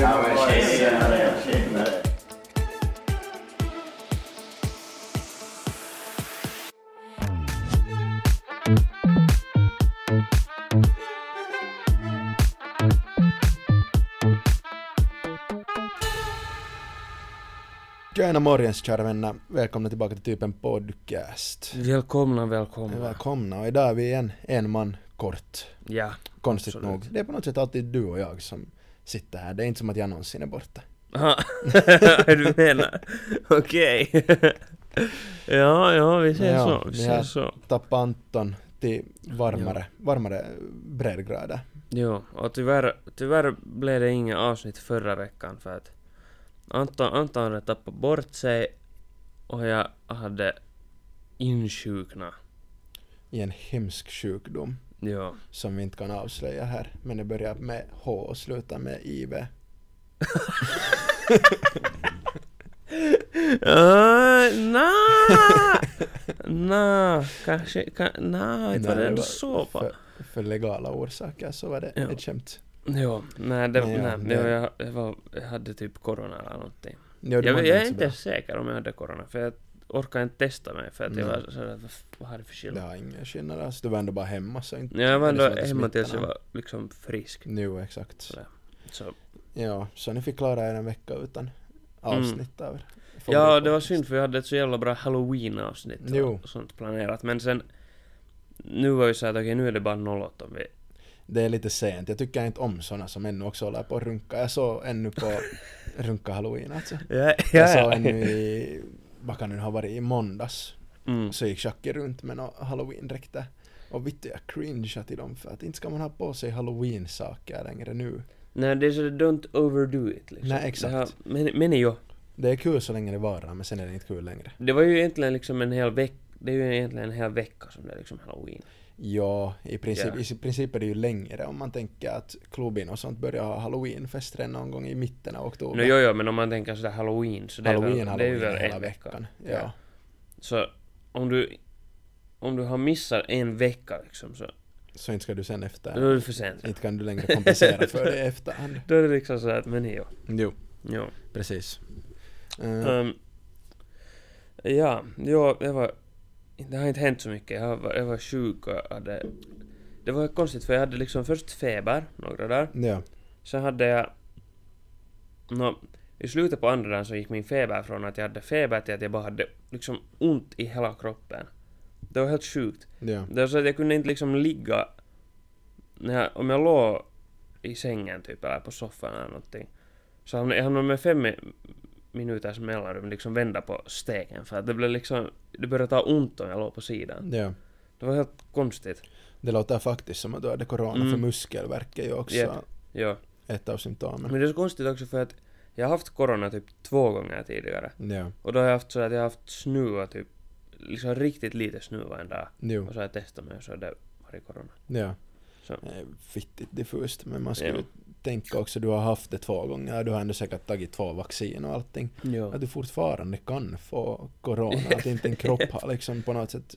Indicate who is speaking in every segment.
Speaker 1: Ja, men tjenare, tjenare.
Speaker 2: Tjena morgens kära vänner, välkomna tillbaka till typen podcast.
Speaker 3: Mm. Välkomna, välkomna.
Speaker 2: Välkomna och idag är vi igen en man kort.
Speaker 3: Ja.
Speaker 2: Konstigt
Speaker 3: Absolut.
Speaker 2: nog. Det är på något sätt alltid du och jag som sitter här. Det är inte som att jag någonsin är borta.
Speaker 3: Aha. du menar? Okej. ja, ja, vi säger
Speaker 2: Ja,
Speaker 3: så. Vi
Speaker 2: det
Speaker 3: säger
Speaker 2: här-
Speaker 3: så.
Speaker 2: Tappa Anton till varmare, varmare breddgrader.
Speaker 3: Jo, och tyvärr, tyvärr blev det inga avsnitt förra veckan för att Anton, Anton hade tappat bort sig och jag hade insjukna.
Speaker 2: I en hemsk sjukdom
Speaker 3: Jo.
Speaker 2: som vi inte kan avslöja här. Men det börjar med H och slutar med IV.
Speaker 3: Uh, na, na, kanske, kan, nej, det var
Speaker 2: det
Speaker 3: det
Speaker 2: var
Speaker 3: du sov på.
Speaker 2: För, för legala orsaker så var det
Speaker 3: Ja.
Speaker 2: ett skämt.
Speaker 3: Jo, nej, det,
Speaker 2: Men
Speaker 3: nej,
Speaker 2: ja,
Speaker 3: nej,
Speaker 2: det-
Speaker 3: jag, jag, var, jag hade typ corona eller någonting.
Speaker 2: Jo, det
Speaker 3: Jag,
Speaker 2: mådde
Speaker 3: jag är
Speaker 2: så
Speaker 3: inte
Speaker 2: bra.
Speaker 3: ens säker om jag hade corona, för jag orkar inte testa mig, för att jag
Speaker 2: Nej.
Speaker 3: var sådär, vad, f- vad har det för
Speaker 2: Det
Speaker 3: skillnad?
Speaker 2: har ingen skillnad alls. Du var ändå bara hemma så inte...
Speaker 3: Ja, jag var
Speaker 2: är det
Speaker 3: ändå
Speaker 2: som att
Speaker 3: hemma tills jag
Speaker 2: smittan har-
Speaker 3: var liksom frisk.
Speaker 2: Nu exakt.
Speaker 3: Så.
Speaker 2: Ja, så ni fick klara er en vecka utan avsnitt av er.
Speaker 3: Mm. Ja, det var synd, för jag hade ett så jävla bra halloween-avsnitt
Speaker 2: Jo.
Speaker 3: och sånt planerat, men sen... Nu var ju såhär att okej, nu är det bara 08 om vi...
Speaker 2: Det är lite sent. Jag tycker inte om såna som ännu också håller på och runka. Jag såg ännu på runka halloween alltså.
Speaker 3: Ja,
Speaker 2: Jag såg ännu i, vad kan det nu ha varit, i måndags.
Speaker 3: Mm.
Speaker 2: Så gick Jackie runt med några halloween-dräkter. Och vittu jag cringeade till dem för att inte ska man ha på sig halloween-saker längre nu.
Speaker 3: Nej, det är så don't overdo it liksom.
Speaker 2: Nej, exakt.
Speaker 3: Det Har, men, men jo,
Speaker 2: Det är kul så länge det varar men sen är det inte kul längre.
Speaker 3: det var ju egentligen liksom en hel vecka, det är ju egentligen en hel vecka som det är liksom halloween.
Speaker 2: Ja, i princip,
Speaker 3: Ja.
Speaker 2: i princip är det ju längre om man tänker att klubben och sånt börjar ha halloweenfester än någon gång i mitten av oktober.
Speaker 3: No jo jo, men om man tänker sådär halloween så det är
Speaker 2: halloween,
Speaker 3: väl, det är ju
Speaker 2: halloween
Speaker 3: väl
Speaker 2: hela
Speaker 3: en vecka.
Speaker 2: veckan. Ja.
Speaker 3: Ja. Så om du, om du har missat en vecka liksom så,
Speaker 2: Så inte ska du sen efter.
Speaker 3: då är det för sent.
Speaker 2: Inte kan du längre kompensera för det i efterhand.
Speaker 3: Då är det liksom sådär att, men jo.
Speaker 2: Jo,
Speaker 3: jo.
Speaker 2: precis. Eh,
Speaker 3: Ehm, ja, jo, jag var, det har inte hänt så mycket. Jag var, jag var sjuk och hade, det var konstigt för jag hade liksom först feber några dagar.
Speaker 2: ja.
Speaker 3: Sen hade jag... Nå, I slutet på andra dagen så gick min feber från att jag hade feber till att jag bara hade liksom ont i hela kroppen. Det var helt sjukt.
Speaker 2: Ja.
Speaker 3: Det var så att jag kunde inte liksom ligga... När jag, om jag låg i sängen typ eller på soffan eller någonting. Så hamnade jag hamnade med fem mi- minuters mellanrum liksom vända på stegen för att det blev liksom... Det började ta ont om jag låg på sidan.
Speaker 2: ja.
Speaker 3: Det var helt konstigt.
Speaker 2: Det låter faktiskt som att du hade corona
Speaker 3: Mm.
Speaker 2: för muskelvärk är ju också
Speaker 3: Japp. Ja.
Speaker 2: ett av symptomen.
Speaker 3: Men det är så konstigt också för att jag har haft corona typ två gånger tidigare.
Speaker 2: Ja.
Speaker 3: Och då har jag haft så att jag har haft snuva typ, liksom riktigt lite snuva en dag.
Speaker 2: Jo.
Speaker 3: Och så har jag testat mig och så har det varit corona.
Speaker 2: Ja.
Speaker 3: Så.
Speaker 2: Eh, Fittigt diffust men man ska
Speaker 3: Ja.
Speaker 2: ju tänka också du har haft det två gånger du har ändå säkert tagit två vaccin och allting.
Speaker 3: Jo.
Speaker 2: Att du fortfarande kan få corona, att inte en kropp har liksom på något sätt,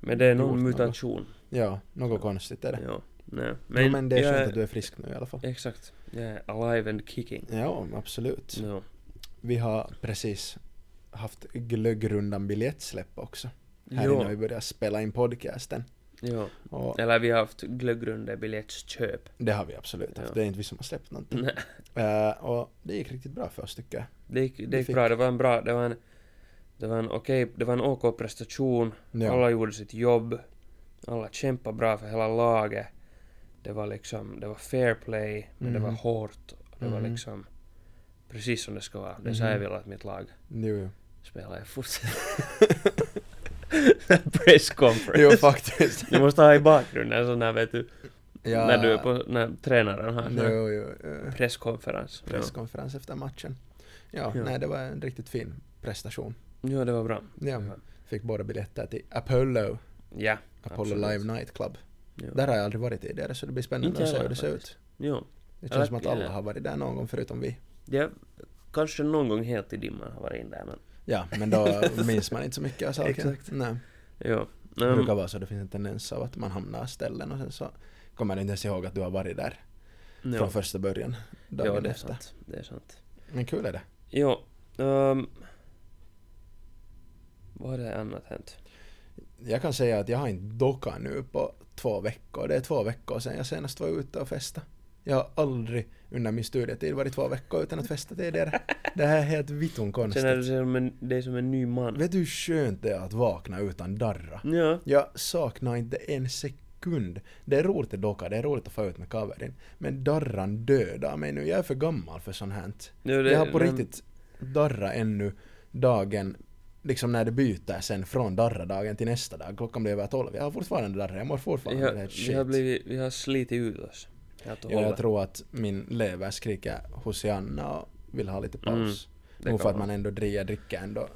Speaker 3: Men det är
Speaker 2: Gjort
Speaker 3: någon
Speaker 2: något.
Speaker 3: mutation.
Speaker 2: ja, något konstigt är det.
Speaker 3: Jo. Nej.
Speaker 2: Men,
Speaker 3: Men,
Speaker 2: men det är
Speaker 3: jag
Speaker 2: skönt att du är frisk nu i alla fall.
Speaker 3: Exakt. Jag är alive and kicking.
Speaker 2: Ja, absolut.
Speaker 3: Jo.
Speaker 2: Vi har precis haft glöggrundan biljettsläpp också. Här innan vi
Speaker 3: Jo.
Speaker 2: börjar spela in podcasten.
Speaker 3: jo.
Speaker 2: Och
Speaker 3: Eller vi har haft glöggrunda biljettsköp.
Speaker 2: det har vi absolut haft.
Speaker 3: Ja.
Speaker 2: Det är inte vi som har släppt någonting.
Speaker 3: Nej.
Speaker 2: Eh, och det gick riktigt bra för oss tycker jag.
Speaker 3: Det gick,
Speaker 2: Vi
Speaker 3: det gick
Speaker 2: fick-
Speaker 3: bra. Det var en bra, det var en, det var en okej, det var en OK prestation.
Speaker 2: Ja,
Speaker 3: Alla gjorde sitt jobb. Alla kämpade bra för hela laget. Det var liksom, det var fair play, men det var
Speaker 2: Mhm.
Speaker 3: hårt. Det var
Speaker 2: Mhm.
Speaker 3: liksom precis som det ska vara. Det är så
Speaker 2: Mhm.
Speaker 3: jag vill att mitt lag
Speaker 2: jo, jo.
Speaker 3: spelar i fotboll. Press conference.
Speaker 2: jo faktiskt.
Speaker 3: Du måste ha i bakgrunden sån här vet du,
Speaker 2: Ja.
Speaker 3: när du är på, när tränaren har sån här
Speaker 2: Jo, jo, eh,
Speaker 3: presskonferens. Ja.
Speaker 2: presskonferens efter matchen. Ja,
Speaker 3: Ja.
Speaker 2: nej det var en riktigt fin prestation.
Speaker 3: Jo, det var bra.
Speaker 2: Ja,
Speaker 3: Ja.
Speaker 2: fick båda biljetter till Apollo,
Speaker 3: Ja.
Speaker 2: Apollo
Speaker 3: Absolut.
Speaker 2: Live Night Club.
Speaker 3: Jo.
Speaker 2: Där har jag aldrig varit tidigare så det blir
Speaker 3: Inte
Speaker 2: spännande att
Speaker 3: jag
Speaker 2: se hur
Speaker 3: heller
Speaker 2: det ser
Speaker 3: faktiskt.
Speaker 2: ut.
Speaker 3: Jo.
Speaker 2: Det
Speaker 3: Jag
Speaker 2: känns som att
Speaker 3: tycker
Speaker 2: alla
Speaker 3: det.
Speaker 2: har varit där någon gång förutom vi.
Speaker 3: Jag kanske någon gång helt i dimman har varit in där men
Speaker 2: Ja, men då minns man inte så mycket av saken.
Speaker 3: Exakt.
Speaker 2: Nej.
Speaker 3: Jo.
Speaker 2: Det
Speaker 3: Ehm,
Speaker 2: brukar vara så, det finns en tendens av att man hamnar ställen och sen så kommer du inte ens ihåg att du har varit där
Speaker 3: joo.
Speaker 2: från första början dagen
Speaker 3: Joo, det är
Speaker 2: efter.
Speaker 3: sant. Det är sant.
Speaker 2: Men kul är det.
Speaker 3: Jo. Um, vad har det annat hänt?
Speaker 2: Jag kan säga att jag har inte dockat nu på två veckor. Det är två veckor sedan jag senast var ute och festa. Jag har aldrig under min studietid varit två veckor utan att festa tidigare. Det här är helt vitun konstigt.
Speaker 3: Känner du dig som en, dig som en ny man?
Speaker 2: Vet du hur skönt det är att vakna utan darra?
Speaker 3: Ja.
Speaker 2: Jag saknar inte en sekund. Det är roligt att docka, det är roligt att få ut med kaverin. Men darran dödar mig nu. Jag är för gammal för sånt här.
Speaker 3: Jo,
Speaker 2: Jag har på
Speaker 3: men-
Speaker 2: riktigt darra ännu dagen, liksom när det byter sen från darradagen till nästa dag. Klockan blir över tolv. Jag har fortfarande darra, jag mår
Speaker 3: Vi
Speaker 2: fortfarande
Speaker 3: har,
Speaker 2: rätt
Speaker 3: vi har
Speaker 2: shit.
Speaker 3: blivit, vi har slitit ut oss. Helt och
Speaker 2: Ja, jag
Speaker 3: hållet.
Speaker 2: tror att min lever skriker Hosianna och vill ha lite paus.
Speaker 3: Mm, det
Speaker 2: Nog för
Speaker 3: kan
Speaker 2: att
Speaker 3: vara.
Speaker 2: man ändå dricker, dricker ändå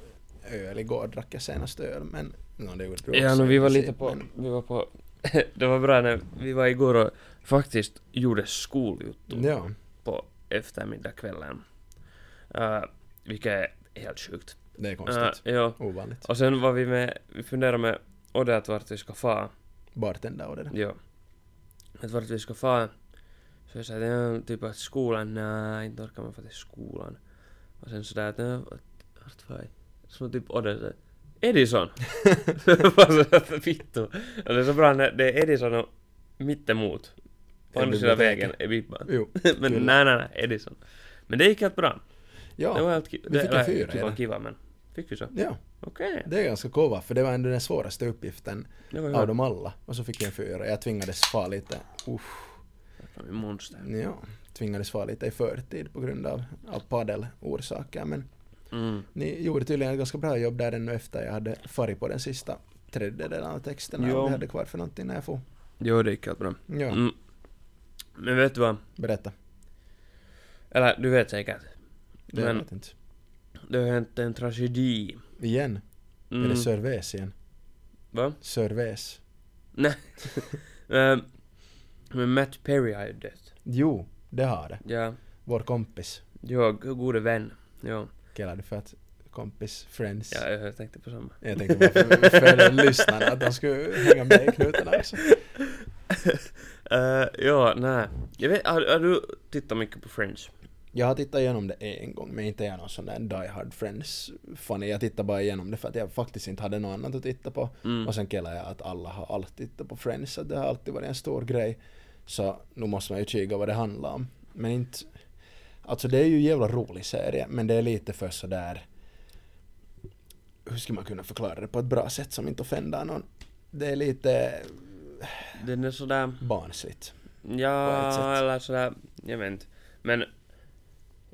Speaker 2: öl. Igår drack jag senast öl, men no, det gjorde du
Speaker 3: Ja,
Speaker 2: också i
Speaker 3: no, vi var
Speaker 2: princip,
Speaker 3: lite på,
Speaker 2: men-
Speaker 3: vi var på, det var bra när vi var igår och faktiskt gjorde skoljuttu
Speaker 2: Ja,
Speaker 3: på eftermiddagskvällen. Uh, vilket är helt sjukt.
Speaker 2: det är
Speaker 3: Uh,
Speaker 2: konstigt.
Speaker 3: ja.
Speaker 2: Ovanligt.
Speaker 3: Och sen var vi med, vi funderade med Odde att vart vi ska fara.
Speaker 2: Bartender och det där.
Speaker 3: Joo. Att vart vi ska fara. Så jag sa att ja, typ att skolan, nej inte orkar man få till skolan. Och sen sådär att ja, vart vart far jag? Så typ Odde sådär, Edison! Bara så att vittu. Och det är så bra när det är Edison och mittemot. På
Speaker 2: Ja,
Speaker 3: andra sidan
Speaker 2: biblioteket.
Speaker 3: vägen är Bibban.
Speaker 2: Jo,
Speaker 3: men
Speaker 2: kyllä.
Speaker 3: nej nej nej, Edison. Men det gick helt bra. Det var
Speaker 2: ja.
Speaker 3: helt ki-
Speaker 2: vi
Speaker 3: det-
Speaker 2: fick en
Speaker 3: eller,
Speaker 2: fyra i
Speaker 3: kiva,
Speaker 2: den.
Speaker 3: kiva men. Fick vi så?
Speaker 2: Ja,
Speaker 3: Okej.
Speaker 2: det är ganska kova, för det var ändå den svåraste uppgiften
Speaker 3: Det var
Speaker 2: av
Speaker 3: ju
Speaker 2: dem alla. Och så fick jag en fyra. Jag tvingades fara lite, uff,
Speaker 3: min monster.
Speaker 2: ja, tvingades fara lite i förtid på grund av, av padelorsaker. Men
Speaker 3: Mm.
Speaker 2: ni gjorde tydligen ett ganska bra jobb där ännu efter jag hade farit på den sista tredjedelen av texten.
Speaker 3: Jo.
Speaker 2: Jag hade kvar för någonting när jag får.
Speaker 3: Jo, det gick helt bra.
Speaker 2: Ja,
Speaker 3: Mm. Men vet du vad?
Speaker 2: berätta.
Speaker 3: Eller du vet säkert.
Speaker 2: Det
Speaker 3: Men-
Speaker 2: vet inte.
Speaker 3: Det har hänt en tragedi.
Speaker 2: Igen,
Speaker 3: Mm.
Speaker 2: är det Sörväs igen?
Speaker 3: Va?
Speaker 2: Sörväs.
Speaker 3: Ehm, men Matt Perry har ju dött.
Speaker 2: Jo, det har det.
Speaker 3: Ja.
Speaker 2: Vår kompis.
Speaker 3: Jag, gode vän. Ja.
Speaker 2: Kallar du för att kompis, friends.
Speaker 3: ja, jag tänkte på samma.
Speaker 2: Jag tänkte bara för, för lyssnarna att de skulle hänga med i knutarna också.
Speaker 3: Eh, ja, nej. Jag vet, har, har du tittat mycket på Friends?
Speaker 2: Jag har tittat igenom det en gång, men inte är jag någon sån där Die Hard Friends funny. Jag tittar bara igenom det för att jag faktiskt inte hade något annat att titta på.
Speaker 3: Mm.
Speaker 2: Och sen kallar jag att alla har alltid tittat på Friends, att det har alltid varit en stor grej. Så nu måste man ju kika vad det handlar om. Men inte... Alltså det är ju en jävla rolig serie, men det är lite för sådär... Hur ska man kunna förklara det på ett bra sätt som inte offendar någon? Det är lite
Speaker 3: Den är sådär...
Speaker 2: barnsligt. På ett
Speaker 3: Ja,
Speaker 2: sätt.
Speaker 3: eller sådär... Jag vet inte. Men...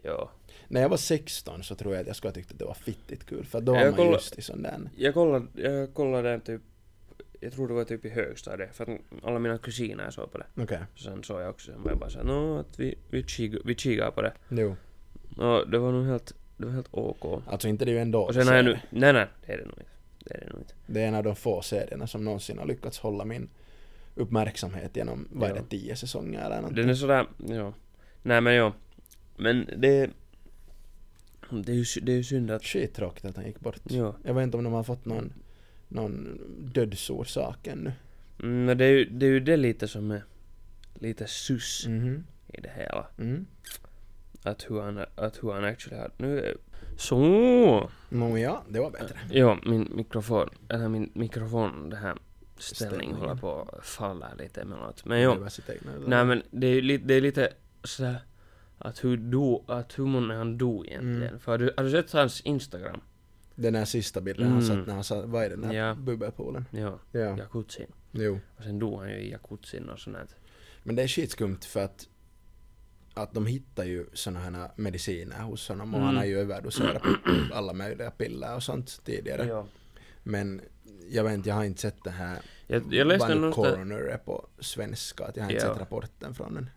Speaker 3: Ja.
Speaker 2: När jag var 16 så tror jag att jag skulle ha tyckt att det var fittigt kul, för då var
Speaker 3: Jag
Speaker 2: man
Speaker 3: kollar-
Speaker 2: just i sån där...
Speaker 3: Jag kollade, jag kollade den typ... Jag tror det var typ i högstadiet, för att alla mina kusiner såg på det.
Speaker 2: Okej,
Speaker 3: Sen såg jag också, sen var jag bara såhär, nå, att vi, vi, kikar, vi kikar på det.
Speaker 2: jo.
Speaker 3: Och det var nog helt, det var helt OK.
Speaker 2: Alltså inte det är ju en dålig
Speaker 3: Och sen har jag nu,
Speaker 2: serie.
Speaker 3: nej nej, det är det nog inte. Det är det nog inte.
Speaker 2: Det är en av de få serierna som någonsin har lyckats hålla min uppmärksamhet genom, vad är det,
Speaker 3: Ja.
Speaker 2: tio säsonger eller någonting?
Speaker 3: Den är sådär, ja. Nej men ja. Men det... Det är ju, sy- det är ju synd att...
Speaker 2: Skittråkigt att han gick bort.
Speaker 3: Ja.
Speaker 2: Jag vet inte om de har fått någon, någon dödsorsak ännu.
Speaker 3: Mm, men det är ju det, är ju det lite som är lite sus
Speaker 2: Mhm.
Speaker 3: i det hela.
Speaker 2: Mm.
Speaker 3: Att hur han, att hur han actually har... Nu... är- Så!
Speaker 2: Nå, ja, det var bättre.
Speaker 3: Ja, min mikrofon, eller min mikrofon, det här ställning
Speaker 2: Ställningen.
Speaker 3: håller på att falla lite emellanåt. Men jo,
Speaker 2: Det var sitt egna.
Speaker 3: nej men det är, ju li- det är lite sådär att hur do, att hur många han dog egentligen.
Speaker 2: Mm.
Speaker 3: För har du, har du sett hans Instagram?
Speaker 2: Den här sista bilden han
Speaker 3: Mm.
Speaker 2: satt när han satt, vad är den här
Speaker 3: Ja.
Speaker 2: bubbelpoolen?
Speaker 3: Ja,
Speaker 2: Ja.
Speaker 3: jacuzzin.
Speaker 2: Jo.
Speaker 3: Och sen dog han ju i jacuzzin och sånt där.
Speaker 2: Men det är skitskumt för att att de hittar ju såna här mediciner hos honom och
Speaker 3: Mm.
Speaker 2: han har ju överdoserat på alla möjliga piller och sånt tidigare.
Speaker 3: Ja.
Speaker 2: Men jag vet inte, jag har inte sett det här.
Speaker 3: Jag, jag, läste
Speaker 2: vad nu
Speaker 3: någonstans,
Speaker 2: coroner är på svenska, att jag har inte
Speaker 3: Ja.
Speaker 2: sett rapporten från den.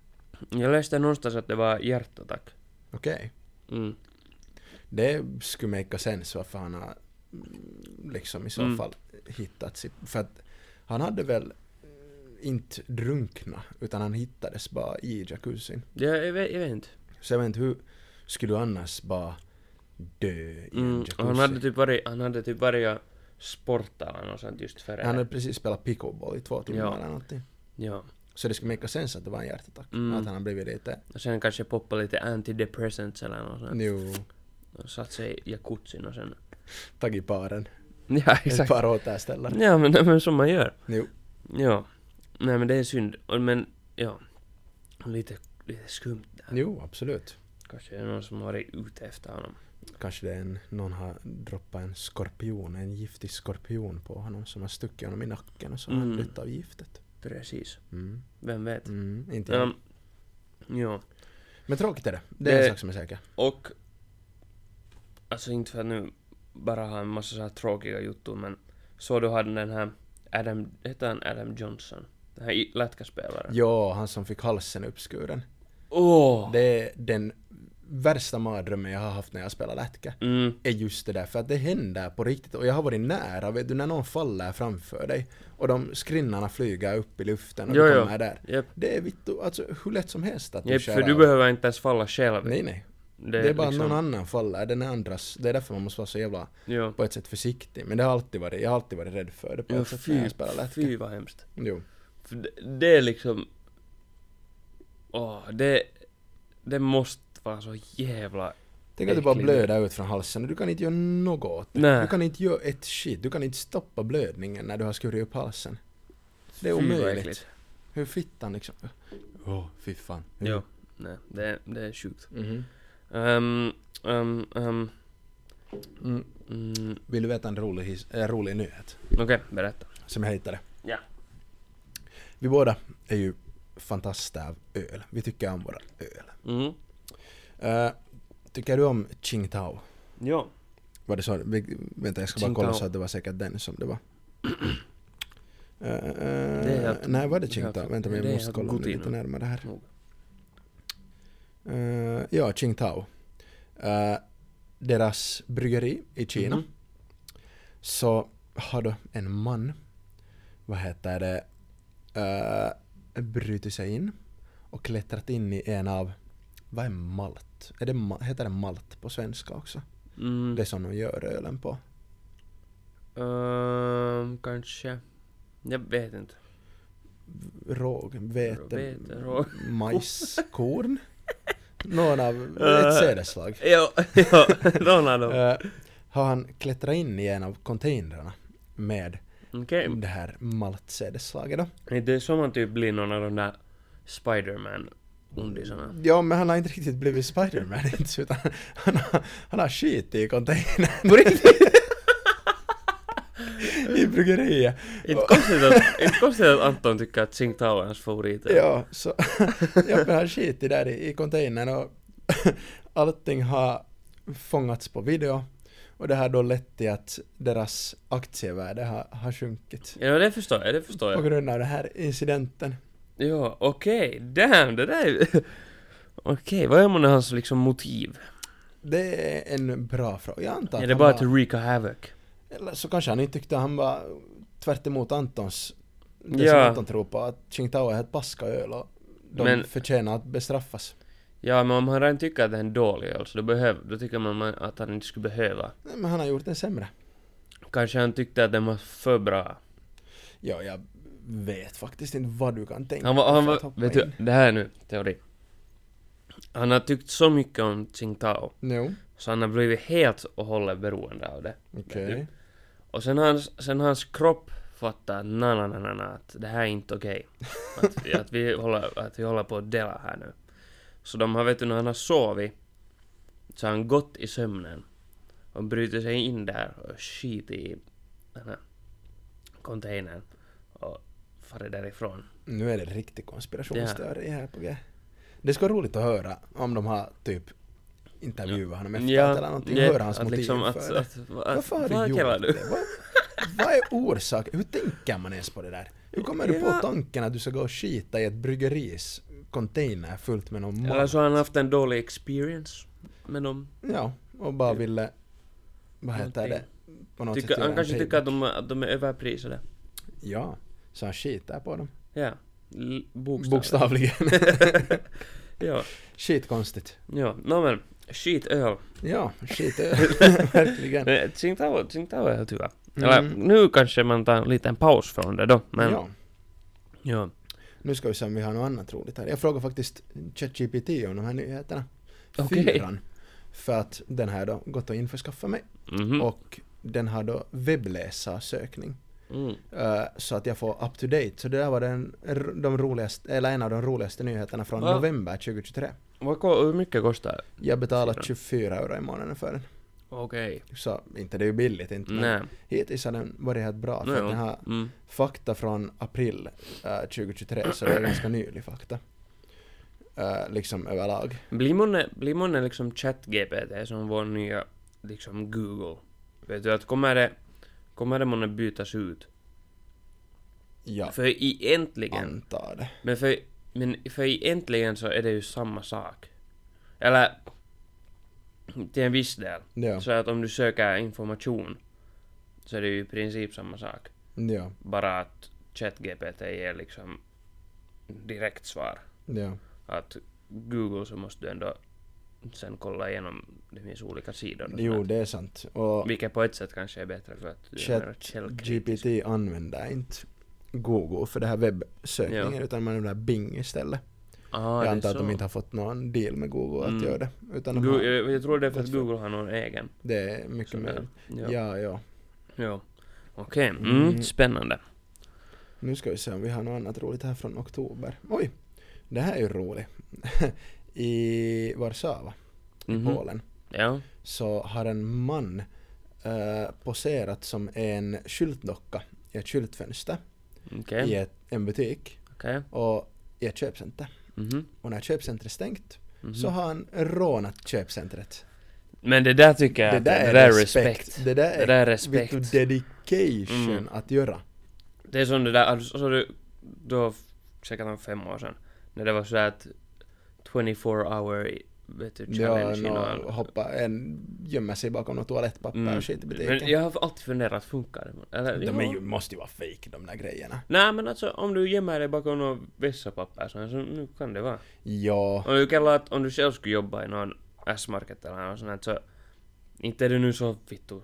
Speaker 3: jag läste någonstans att det var hjärtattack.
Speaker 2: Okej.
Speaker 3: Mm.
Speaker 2: Det skulle make sense varför han har mm, liksom i så
Speaker 3: Mm.
Speaker 2: fall hittat sitt... För att han hade väl mm, inte drunkna utan han hittades bara i jacuzzin.
Speaker 3: Ja, jag, vet, jag vet inte.
Speaker 2: Så jag vet inte, hur skulle du annars bara dö i en
Speaker 3: Mm.
Speaker 2: jacuzzi?
Speaker 3: Och han hade typ varit, han hade typ varit och sporta eller något sånt just före.
Speaker 2: Han hade precis spelat pickleball i två timmar
Speaker 3: Ja.
Speaker 2: eller någonting.
Speaker 3: Ja.
Speaker 2: Så det skulle make sense att det var en hjärtattack.
Speaker 3: Mm.
Speaker 2: Att han har blivit lite...
Speaker 3: Och sen kanske poppa lite antidepressants eller något sånt.
Speaker 2: Jo,
Speaker 3: Och satt sig i jacuzzin och sen...
Speaker 2: tagit paren.
Speaker 3: Ja,
Speaker 2: Ett
Speaker 3: exakt.
Speaker 2: par återställare.
Speaker 3: Ja, men, nej, men som man gör.
Speaker 2: Jo.
Speaker 3: Ja. Nej, men det är synd. Och- Men, ja. Lite, lite skumt där.
Speaker 2: Jo, absolut.
Speaker 3: Kanske det är någon som har varit ute efter honom.
Speaker 2: Kanske det är en, någon har droppat en skorpion, en giftig skorpion på honom som har stuckit honom i nacken och så har han
Speaker 3: Mm.
Speaker 2: dött av giftet.
Speaker 3: Precis.
Speaker 2: Mm.
Speaker 3: Vem vet?
Speaker 2: Mm, inte jag.
Speaker 3: Ja. ja.
Speaker 2: Men tråkigt är det. Det är en
Speaker 3: Det-
Speaker 2: sak som är säker.
Speaker 3: Och... Alltså inte för att nu bara ha en massa så här tråkiga juttor, men... Så du hade den här Adam... Hette han Adam Johnson? Den här i- lätkaspelaren.
Speaker 2: Ja, han som fick halsen uppskuren.
Speaker 3: Åh!
Speaker 2: Det är den värsta mardrömmen jag har haft när jag spelar lätka.
Speaker 3: Mm.
Speaker 2: är just det där, för att det händer på riktigt och jag har varit nära, vet du, när någon faller framför dig och de skrinnarna flyger upp i luften och
Speaker 3: Jo,
Speaker 2: du
Speaker 3: jo.
Speaker 2: kommer där.
Speaker 3: Japp.
Speaker 2: Det är vittu, alltså hur lätt som helst att du
Speaker 3: Japp,
Speaker 2: skär
Speaker 3: för du
Speaker 2: av.
Speaker 3: behöver liksom- inte ens falla själv.
Speaker 2: Nej, nej. Det är, bara att någon annan faller, den är andras, det är därför man måste vara så jävla,
Speaker 3: Jo.
Speaker 2: på ett sätt försiktig. Men det har alltid varit, jag har alltid varit rädd för det på
Speaker 3: Jo,
Speaker 2: ett sätt när
Speaker 3: fy,
Speaker 2: jag spelar lätka.
Speaker 3: fy vad hemskt.
Speaker 2: Jo.
Speaker 3: För det, det är liksom... Åh, det... Det måste vara så jävla...
Speaker 2: Tänk att du bara
Speaker 3: Äcklig.
Speaker 2: blöder ut från halsen och du kan inte göra något åt det.
Speaker 3: Nej.
Speaker 2: Du kan inte göra ett shit, du kan inte stoppa blödningen när du har skurit upp halsen. Det är
Speaker 3: Fy, vad
Speaker 2: omöjligt.
Speaker 3: äckligt.
Speaker 2: Hur fittan liksom. Åh, oh, fy fan.
Speaker 3: Jo. Nej, det, det är sjukt.
Speaker 2: Mhm.
Speaker 3: Um, um, um, mm,
Speaker 2: Vill du veta en rolig, his- äh, rolig nyhet?
Speaker 3: Okej, berätta.
Speaker 2: Som jag hittade.
Speaker 3: Ja.
Speaker 2: Vi båda är ju fantaster av öl. Vi tycker om våra öl.
Speaker 3: Mm.
Speaker 2: Eh, tycker du om Qingtao?
Speaker 3: Ja.
Speaker 2: Var det så? Vi, vänta, jag ska bara
Speaker 3: Qingtao.
Speaker 2: kolla så att det var säkert den som det var. Eh, eh,
Speaker 3: är helt-
Speaker 2: nej, var det
Speaker 3: det är helt-
Speaker 2: Qingtao? Vänta, men
Speaker 3: det
Speaker 2: jag
Speaker 3: är
Speaker 2: måste
Speaker 3: helt
Speaker 2: kolla nu
Speaker 3: gutin.
Speaker 2: lite närmare här.
Speaker 3: Nog.
Speaker 2: Eh, ja, Qingtao. Eh, deras bryggeri i Kina.
Speaker 3: Mhm.
Speaker 2: så har då en man, vad heter det, uh, brutit sig in och klättrat in i en av, vad är malt? Är det, ma- heter det malt på svenska också?
Speaker 3: Mm.
Speaker 2: Det som de gör ölen på.
Speaker 3: Ehm, kanske. Jag vet inte.
Speaker 2: Råg, vete,
Speaker 3: Vete, råg.
Speaker 2: majskorn? Någon av,
Speaker 3: Eh.
Speaker 2: ett sädesslag.
Speaker 3: Jo, jo. Någon av dem.
Speaker 2: Eh, har han klättrat in i en av containrarna med
Speaker 3: Okej.
Speaker 2: det här maltsädesslaget då.
Speaker 3: Nej, Det är som man typ blir någon av de där Spiderman-undisarna.
Speaker 2: Ja, men han har inte riktigt blivit Spiderman ens, utan han har, han har skit i containern.
Speaker 3: På riktigt?
Speaker 2: I bryggeriet.
Speaker 3: Inte konstigt att- inte konstigt att Anton tycker att Sing Tao är hans favorit.
Speaker 2: Ja, så... ja, men han skit i där i, i containern och allting har fångats på video. Och det har då lett till att deras aktievärde har, har sjunkit.
Speaker 3: Ja, det förstår jag, det förstår
Speaker 2: På
Speaker 3: jag.
Speaker 2: grund av den här incidenten.
Speaker 3: Ja, okej, damn, det där är... Okej, vad är månne hans liksom motiv?
Speaker 2: Det är en bra fråga. Jag antar
Speaker 3: Är
Speaker 2: att
Speaker 3: det
Speaker 2: han
Speaker 3: bara
Speaker 2: var-
Speaker 3: att wreaka havoc?
Speaker 2: Eller så kanske han inte tyckte han var tvärt emot Antons det
Speaker 3: Ja.
Speaker 2: som Anton tror på att Qingtao är helt paska öl och de
Speaker 3: Men-
Speaker 2: förtjänar att bestraffas.
Speaker 3: Ja, men om han redan tycker att det är en dålig öl, så då, behöv, då tycker man att han inte skulle behöva.
Speaker 2: Nej, Men han har gjort en sämre.
Speaker 3: Kanske han tyckte att den var för bra.
Speaker 2: Ja, jag vet faktiskt inte vad du kan tänka
Speaker 3: Han var, han
Speaker 2: för att hoppa
Speaker 3: var, vet du,
Speaker 2: in.
Speaker 3: det här är nu teori. Han har tyckt så mycket om Tsingtao,
Speaker 2: Jo,
Speaker 3: så han har blivit helt och hållet beroende av det.
Speaker 2: okej.
Speaker 3: Vet Och sen hans, sen hans kropp fattar na, na, na, na, na att det här är inte okej. Att, vi- att, vi håller, att vi håller på att dela här nu. Så de har, vet du, när han har sovit så har han gått i sömnen och brutit sig in där och skit i den här containern och farit därifrån.
Speaker 2: Nu är det riktig konspirationsteori här på G. Det ska vara roligt att höra om de har typ intervjuat honom efteråt eller någonting,
Speaker 3: ja,
Speaker 2: höra hans
Speaker 3: att
Speaker 2: motiv
Speaker 3: liksom att,
Speaker 2: för det.
Speaker 3: att, att,
Speaker 2: Varför har
Speaker 3: vad
Speaker 2: du
Speaker 3: kallar
Speaker 2: gjort det? Vad, vad är orsaken? Hur tänker man ens på det där? Hur kommer du på
Speaker 3: Ja.
Speaker 2: tanken att du ska gå och skita i ett bryggeris container fullt med någon
Speaker 3: Eller
Speaker 2: mat?
Speaker 3: så har han haft en dålig experience med dem.
Speaker 2: Ja, och bara ville... Vad heter det?
Speaker 3: Typ. Någonting.
Speaker 2: På något
Speaker 3: Tycker,
Speaker 2: göra
Speaker 3: han
Speaker 2: en
Speaker 3: kanske
Speaker 2: payback.
Speaker 3: tycker att de, att de är överprisade.
Speaker 2: Ja, så han skitar på dem.
Speaker 3: Ja. L- bokstavligt.
Speaker 2: Bokstavligen.
Speaker 3: Ja.
Speaker 2: Skitkonstigt.
Speaker 3: Ja. Nå men. Skitöl.
Speaker 2: Ja, skit Verkligen.
Speaker 3: Eh, Tsingtao Tsingtao är helt hyvä. Eller
Speaker 2: Mm.
Speaker 3: nu kanske man tar en liten paus från det då, men...
Speaker 2: Ja.
Speaker 3: ja.
Speaker 2: Nu ska vi se om vi har något annat roligt här. Jag frågar faktiskt ChatGPT om de här nyheterna.
Speaker 3: Okej.
Speaker 2: Fyran. För att den här då gått att införskaffa mig.
Speaker 3: Mhm.
Speaker 2: Och den har då webbläsarsökning.
Speaker 3: Mm.
Speaker 2: Eh, så att jag får up to date. Så det där var den, r- de roligaste, eller en av de roligaste nyheterna från
Speaker 3: Va?
Speaker 2: november 2023.
Speaker 3: Vad, ko- hur mycket kostar det?
Speaker 2: Jag betalar
Speaker 3: Fyra.
Speaker 2: 24 euro i månaden för den.
Speaker 3: Okej.
Speaker 2: Så inte det är ju billigt inte men
Speaker 3: Nej.
Speaker 2: hittills har den varit helt bra. För
Speaker 3: Nej,
Speaker 2: att den
Speaker 3: ja.
Speaker 2: har
Speaker 3: Mm.
Speaker 2: fakta från april eh, 2023 så det är ganska nylig fakta. Eh, liksom överlag.
Speaker 3: Blir månne, blir månne liksom ChatGPT som vår nya liksom Google? Vet du att kommer det, kommer det månne bytas ut?
Speaker 2: Ja,
Speaker 3: För egentligen,
Speaker 2: antar det.
Speaker 3: men för, men för egentligen så är det ju samma sak. Eller till en viss del.
Speaker 2: Ja,
Speaker 3: Så att om du söker information så är det ju i princip samma sak.
Speaker 2: ja,
Speaker 3: Bara att ChatGPT ger liksom direkt svar.
Speaker 2: ja.
Speaker 3: att Google så måste du ändå sen kolla igenom, det finns olika sidor. och
Speaker 2: Jo,
Speaker 3: sånt.
Speaker 2: det är sant. Och
Speaker 3: Vilket på ett sätt kanske är bättre för att du är mera källkritisk.
Speaker 2: ChatGPT använder inte Google för det här webbsökningen
Speaker 3: Ja.
Speaker 2: utan man använder Bing istället.
Speaker 3: Ah,
Speaker 2: jag
Speaker 3: det är
Speaker 2: antar att
Speaker 3: så.
Speaker 2: de inte har fått någon deal med Google att
Speaker 3: Mm.
Speaker 2: göra det. Utan de
Speaker 3: Gu-
Speaker 2: har,
Speaker 3: jag, jag tror det är för att
Speaker 2: gått för-
Speaker 3: Google har någon egen.
Speaker 2: det är
Speaker 3: Så
Speaker 2: mycket
Speaker 3: där.
Speaker 2: möjligt.
Speaker 3: Ja.
Speaker 2: Ja, ja.
Speaker 3: ja. Okej, mm.
Speaker 2: Mm.
Speaker 3: spännande.
Speaker 2: Nu ska vi se om vi har något annat roligt här från oktober. Oj! Det här är ju roligt. I Warszawa,
Speaker 3: Mhm.
Speaker 2: Polen,
Speaker 3: Ja.
Speaker 2: så har en man eh, poserat som en skyltdocka i ett skyltfönster i
Speaker 3: Okej.
Speaker 2: ett, en butik
Speaker 3: Okej.
Speaker 2: och i ett köpcenter.
Speaker 3: Mhm.
Speaker 2: Och när köpcentret är stängt
Speaker 3: Mhm.
Speaker 2: så har han rånat köpcentret.
Speaker 3: Men det där tycker jag att
Speaker 2: Det där är,
Speaker 3: Det där är
Speaker 2: respekt.
Speaker 3: respekt.
Speaker 2: Vet du, dedication
Speaker 3: Mm.
Speaker 2: att göra.
Speaker 3: Det är som det där, alltså så du, då säkert om fem år sedan, när det var sådär att 24 hour, i- vet du,
Speaker 2: Ja,
Speaker 3: challenge i någon-
Speaker 2: no, hoppa, en gömmer sig bakom något toalettpapper och shit i butiken.
Speaker 3: Mm. Men jag har alltid funderat, funkar det? man? Eller,
Speaker 2: De
Speaker 3: ja.
Speaker 2: är ju, måste ju vara fake de där grejerna.
Speaker 3: Nej men alltså om du gömmer dig bakom någon vässapapper så så nu kan det vara.
Speaker 2: Ja,
Speaker 3: Om du kallar att om du själv skulle jobba i någon S-market eller något sånt här, så inte är du nu så vittu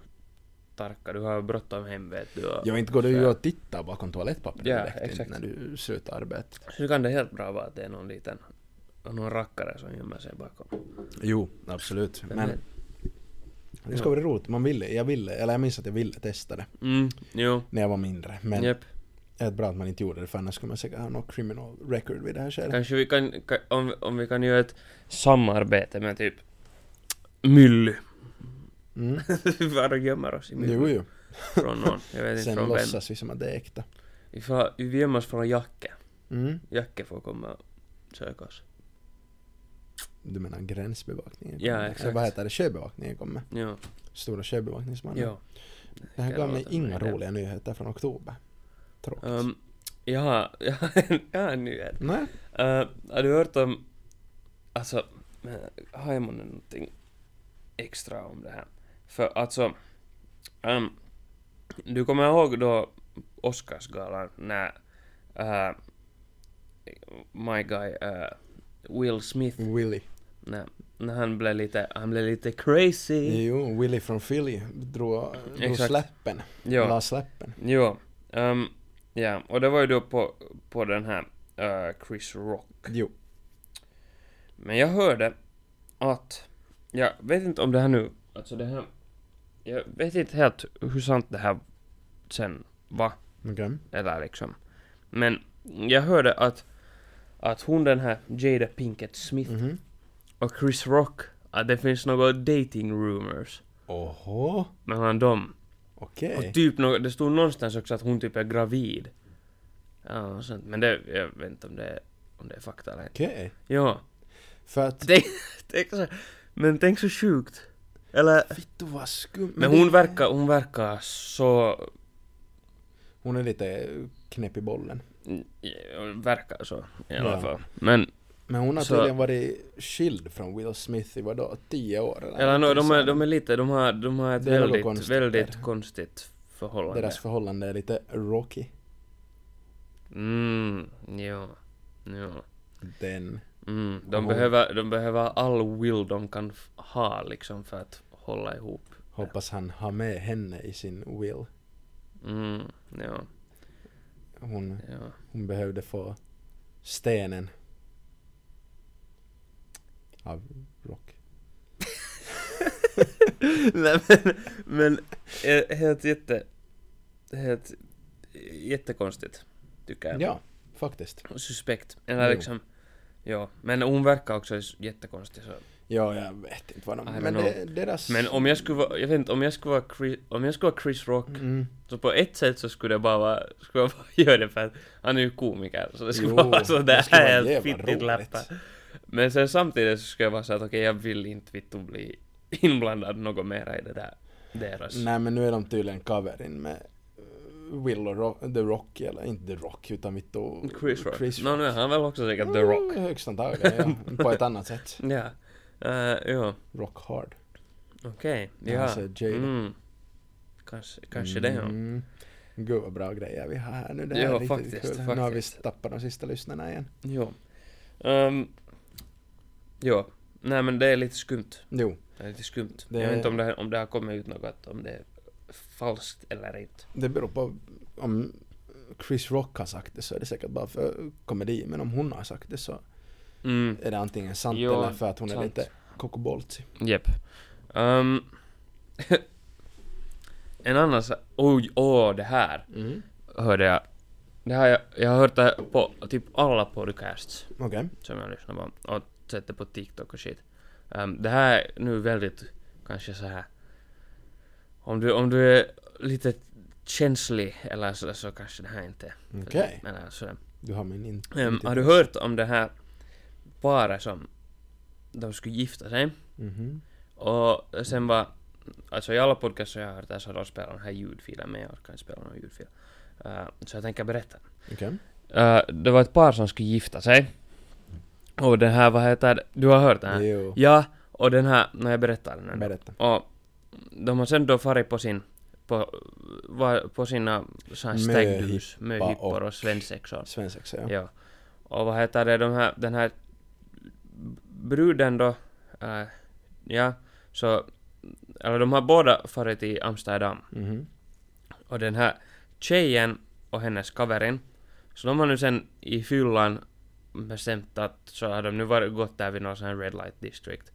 Speaker 3: tarkka, du har bråttom hem vet du. och-
Speaker 2: jag inte går det ju
Speaker 3: så-
Speaker 2: att titta bakom toalettpappret
Speaker 3: Ja,
Speaker 2: direkt
Speaker 3: exakt.
Speaker 2: inte när du slutar arbetet.
Speaker 3: Så kan det helt bra vara att det är någon liten, någon rackare som gömmer sig bakom.
Speaker 2: Jo, absolut. Men
Speaker 3: vet?
Speaker 2: det ska vara roligt. Man ville, jag ville, eller jag minns att jag ville testa det
Speaker 3: Mm, jo.
Speaker 2: när jag var mindre. Men
Speaker 3: Japp.
Speaker 2: det är bra att man inte gjorde det för annars skulle man säkert ha något criminal record vid det här skedet.
Speaker 3: Kanske vi kan, ka- om, om vi kan göra ett samarbete med typ Mylly.
Speaker 2: Mm.
Speaker 3: vi bara gömmer oss i Mylly.
Speaker 2: Jo, jo.
Speaker 3: från någon. Jag vet inte
Speaker 2: Sen
Speaker 3: från vem.
Speaker 2: låtsas vi som att det är äkta.
Speaker 3: Vi, får, vi gömmer oss från Jacke.
Speaker 2: Mm.
Speaker 3: Jacke får komma och söka oss.
Speaker 2: Du menar gränsbevakningen?
Speaker 3: Ja,
Speaker 2: kommer.
Speaker 3: exakt.
Speaker 2: Vad heter det? Sjöbevakningen kommer.
Speaker 3: Ja,
Speaker 2: Stora sjöbevakningsmannen.
Speaker 3: ja.
Speaker 2: Det här gav mig
Speaker 3: låter som en
Speaker 2: inga
Speaker 3: idé.
Speaker 2: roliga nyheter från oktober. Tråkigt.
Speaker 3: Um, jag har, jag har en, jag har en nyhet.
Speaker 2: Nej.
Speaker 3: Eh, har du hört om, alltså, eh, har jag månne någonting extra om det här? För alltså, ehm, du kommer ihåg då Oscarsgalan när eh, my guy eh, Will Smith,
Speaker 2: Willy.
Speaker 3: när, när han blev lite, han blev lite crazy.
Speaker 2: Jo, Willy från Philly drog, drog
Speaker 3: Mm. Exakt.
Speaker 2: släppen.
Speaker 3: Ja.
Speaker 2: La släppen.
Speaker 3: Jo. ehm, ja, och det var ju då på, på den här eh, Chris Rock.
Speaker 2: Jo.
Speaker 3: Men jag hörde att... Jag vet inte om det här nu... Alltså det här... Jag vet inte helt hur sant det här sen var.
Speaker 2: Okej.
Speaker 3: Eller liksom. Men jag hörde att... Att hon den här Jada Pinkett Smith
Speaker 2: Mhm.
Speaker 3: och Chris Rock. Att det finns några dating rumors.
Speaker 2: Oho.
Speaker 3: Mellan dem.
Speaker 2: Okej.
Speaker 3: Och typ nå det stod någonstans också att hon typ är gravid. Ja, och sånt. Men det, jag vet inte om det är, om det är fakta eller inte.
Speaker 2: Okej.
Speaker 3: Ja.
Speaker 2: För att...
Speaker 3: Tänk, tänk så, men tänk så sjukt. Eller...
Speaker 2: Vittu vad skumt.
Speaker 3: Men
Speaker 2: det-
Speaker 3: hon verkar, hon verkar så...
Speaker 2: Hon är lite knäpp i bollen.
Speaker 3: Verkar så i alla
Speaker 2: Ja.
Speaker 3: fall. Men,
Speaker 2: Men hon har
Speaker 3: Så-
Speaker 2: tydligen varit skild från Will Smith i vadå, tio år?
Speaker 3: eller no, de, är,
Speaker 2: någonting
Speaker 3: de är lite, de har, de har ett
Speaker 2: Det är något
Speaker 3: väldigt,
Speaker 2: konstigt
Speaker 3: väldigt
Speaker 2: där.
Speaker 3: konstigt
Speaker 2: sånt.
Speaker 3: förhållande.
Speaker 2: Deras förhållande är lite rocky.
Speaker 3: Mm, ja. Ja.
Speaker 2: Den.
Speaker 3: Mm, de,
Speaker 2: Hon-
Speaker 3: behöver, de behöver all will de kan f- ha liksom för att hålla ihop.
Speaker 2: Hoppas han har med henne i sin will.
Speaker 3: Mm, joo,
Speaker 2: Hon,
Speaker 3: joo.
Speaker 2: hon behövde få stenen av Rock.
Speaker 3: Nej men, men eh, helt jätte... Helt jättekonstigt, tycker jag.
Speaker 2: Ja, faktiskt.
Speaker 3: Suspekt. Eller
Speaker 2: Jo.
Speaker 3: liksom... Ja, men hon verkar också s- jättekonstig så.
Speaker 2: Ja, jag vet inte vad de...
Speaker 3: I don't
Speaker 2: Men
Speaker 3: know.
Speaker 2: det, deras...
Speaker 3: Men om jag skulle vara, jag vet inte, om jag skulle vara Chris, om jag skulle vara Chris Rock,
Speaker 2: Mm.
Speaker 3: så på ett sätt så skulle jag bara vara, skulle jag bara göra det för att han är ju komiker, så det skulle
Speaker 2: Jo,
Speaker 3: vara så
Speaker 2: det
Speaker 3: där
Speaker 2: skulle vara
Speaker 3: helt
Speaker 2: jävla
Speaker 3: fittigt
Speaker 2: roligt.
Speaker 3: läppar. Men sen samtidigt så skulle jag vara så att okej, jag vill inte vittu bli inblandad något mera i det där, deras.
Speaker 2: Nej, men nu är de tydligen coverin med eh, Will och Ro- The Rock, eller inte The Rock, utan mitt och...
Speaker 3: Chris Rock. Nå, nu är han väl också säkert The Rock.
Speaker 2: Mm, Högst antagligen, ja. På ett annat sätt.
Speaker 3: Ja. Uh, jo,
Speaker 2: Rock hard.
Speaker 3: okej.
Speaker 2: Ja,
Speaker 3: Ja.
Speaker 2: alltså Jada.
Speaker 3: Mm. Kanske, kanske det, ja.
Speaker 2: Mm. Gud vad bra grejer vi har här nu. Det här
Speaker 3: Jo,
Speaker 2: är riktigt
Speaker 3: faktiskt,
Speaker 2: kul. Nu har vi
Speaker 3: faktiskt.
Speaker 2: tappat de sista lyssnarna igen.
Speaker 3: Jo. Um, jo. Nej men det är lite skumt.
Speaker 2: Jo,
Speaker 3: Det är lite skumt.
Speaker 2: Det-
Speaker 3: Jag vet inte om det, här, om det har kommit ut något, om det är falskt eller inte.
Speaker 2: det beror på om Chris Rock har sagt det så är det säkert bara för komedi. Men om hon har sagt det så
Speaker 3: Mm,
Speaker 2: är det antingen sant
Speaker 3: Jo,
Speaker 2: eller för att hon är
Speaker 3: sant.
Speaker 2: lite kokoboltsi.
Speaker 3: jep. Ehm, en annan sa- Oj, åh, det här
Speaker 2: Mm.
Speaker 3: hörde jag. Det här, jag, jag har hört det här på typ alla podcasts
Speaker 2: Okej.
Speaker 3: som jag lyssnar på och sätter på TikTok och shit. Ehm, det här är nu väldigt kanske så här. Om du, om du är lite känslig eller så, så kanske det här inte
Speaker 2: Okej.
Speaker 3: Eller eh, sådär.
Speaker 2: Du har min in-
Speaker 3: Ehm, har du
Speaker 2: intuition.
Speaker 3: hört om det här paret som de skulle gifta sig?
Speaker 2: Mhm.
Speaker 3: Och sen var, alltså i alla podcaster jag har hört där så har de spelat den här ljudfilen, men jag orkar inte spela någon ljudfil. Eh, så jag tänker berätta.
Speaker 2: Okej.
Speaker 3: Eh, det var ett par som skulle gifta sig. Och den här, vad heter det? Du har hört den här?
Speaker 2: Jo.
Speaker 3: Ja, och den här, när jag berättar den här.
Speaker 2: Berätta.
Speaker 3: Och de har sen då farit på sin, på, va- på sina sån här
Speaker 2: Möhippa
Speaker 3: stagdus, möhippor och
Speaker 2: och-
Speaker 3: svensexor.
Speaker 2: Svensexa, ja.
Speaker 3: Ja. Och vad heter det, de här, den här bruden då, äh, ja, så, eller de har båda farit till Amsterdam.
Speaker 2: Mhm.
Speaker 3: Och den här tjejen och hennes kaverin, så de har nu sen i fyllan bestämt att, så har de nu varit, gått där vid någon sån här red light district.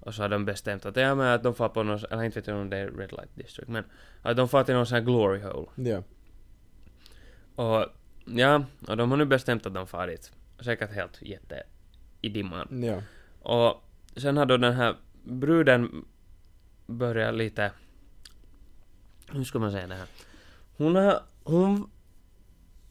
Speaker 3: Och så har de bestämt att, ja men att de far på någon, eller inte vet jag om det är red light district, men att de far till någon sån här glory hole.
Speaker 2: Ja.
Speaker 3: Och ja, och de har nu bestämt att de far dit. Säkert helt jätte i dimman.
Speaker 2: Ja.
Speaker 3: Och sen har då den här bruden börjat lite... Hur ska man säga det här? Hon har... Hon...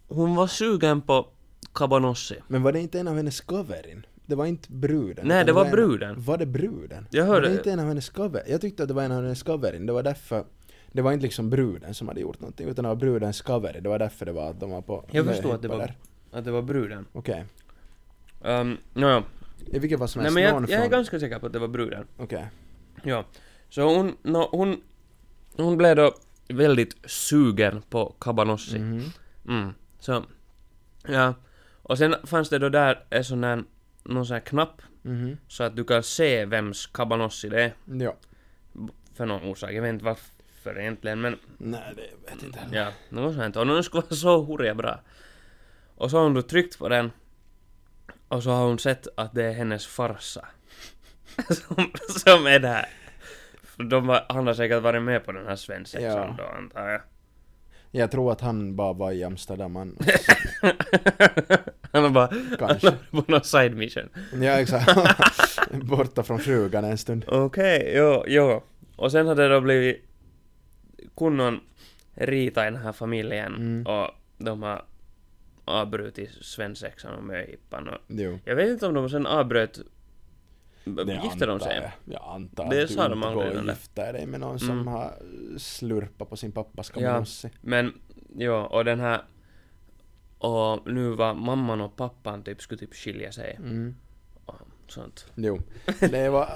Speaker 3: Hon var sugen på cabanossi.
Speaker 2: Men var det inte en av hennes coverin? Det var inte bruden.
Speaker 3: Nej,
Speaker 2: utan
Speaker 3: det var
Speaker 2: en-
Speaker 3: bruden.
Speaker 2: Var det bruden?
Speaker 3: Jag
Speaker 2: Var
Speaker 3: hörde-
Speaker 2: det inte en av hennes cover? Jag tyckte att det var en av hennes coverin, det var därför det var inte liksom bruden som hade gjort någonting, utan det var brudens cover. Det var därför det var att de var på...
Speaker 3: Jag
Speaker 2: med
Speaker 3: förstår att det
Speaker 2: hippar
Speaker 3: var,
Speaker 2: där.
Speaker 3: att det var bruden.
Speaker 2: Okej.
Speaker 3: Um, ja.
Speaker 2: I vilket fall som
Speaker 3: Nej
Speaker 2: helst,
Speaker 3: men
Speaker 2: någon
Speaker 3: jag, jag är
Speaker 2: från...
Speaker 3: ganska säker på att det var bruden.
Speaker 2: Okej.
Speaker 3: Ja. Så hon... nå hon... Hon blev då väldigt sugen på cabanossi.
Speaker 2: Mhm.
Speaker 3: Mm. Så, ja. Och sen fanns det då där en sån där, någon sån här knapp
Speaker 2: Mhm.
Speaker 3: så att du kan se vems kabanossi det är.
Speaker 2: Ja.
Speaker 3: För någon orsak, jag vet inte varför egentligen men
Speaker 2: Nej, det vet jag inte heller.
Speaker 3: ja, något sånt. Och den skulle vara så hurja bra. Och så har hon då tryckt på den och så har hon sett att det är hennes farsa. som, som är där. För De var, han har säkert varit med på den här svensexan
Speaker 2: Ja.
Speaker 3: då antar jag.
Speaker 2: Jag tror att han bara var i Amsterdam han-
Speaker 3: han har bara...
Speaker 2: Kanske.
Speaker 3: Han har på någon side mission.
Speaker 2: Ja, exakt. Borta från frugan en stund.
Speaker 3: Okej, jo, jo. Och sen hade det då blivit kunnon rita i den här familjen
Speaker 2: Mm.
Speaker 3: och de har avbrutit svensexan och möhippan och
Speaker 2: Jo.
Speaker 3: jag vet inte om de sen avbröt... B-
Speaker 2: Det
Speaker 3: Gifte de
Speaker 2: antar
Speaker 3: sig?
Speaker 2: Jag, jag antar
Speaker 3: Det
Speaker 2: att du
Speaker 3: sa de
Speaker 2: inte
Speaker 3: aldrig
Speaker 2: går
Speaker 3: redan
Speaker 2: och
Speaker 3: där.
Speaker 2: gifter dig med någon som
Speaker 3: Mm.
Speaker 2: har slurpat på sin pappas kameramossi.
Speaker 3: Men, jo, och den här... Och nu var mamman och pappan typ skulle typ skilja sig
Speaker 2: Mm.
Speaker 3: och sånt.
Speaker 2: Jo. Det var...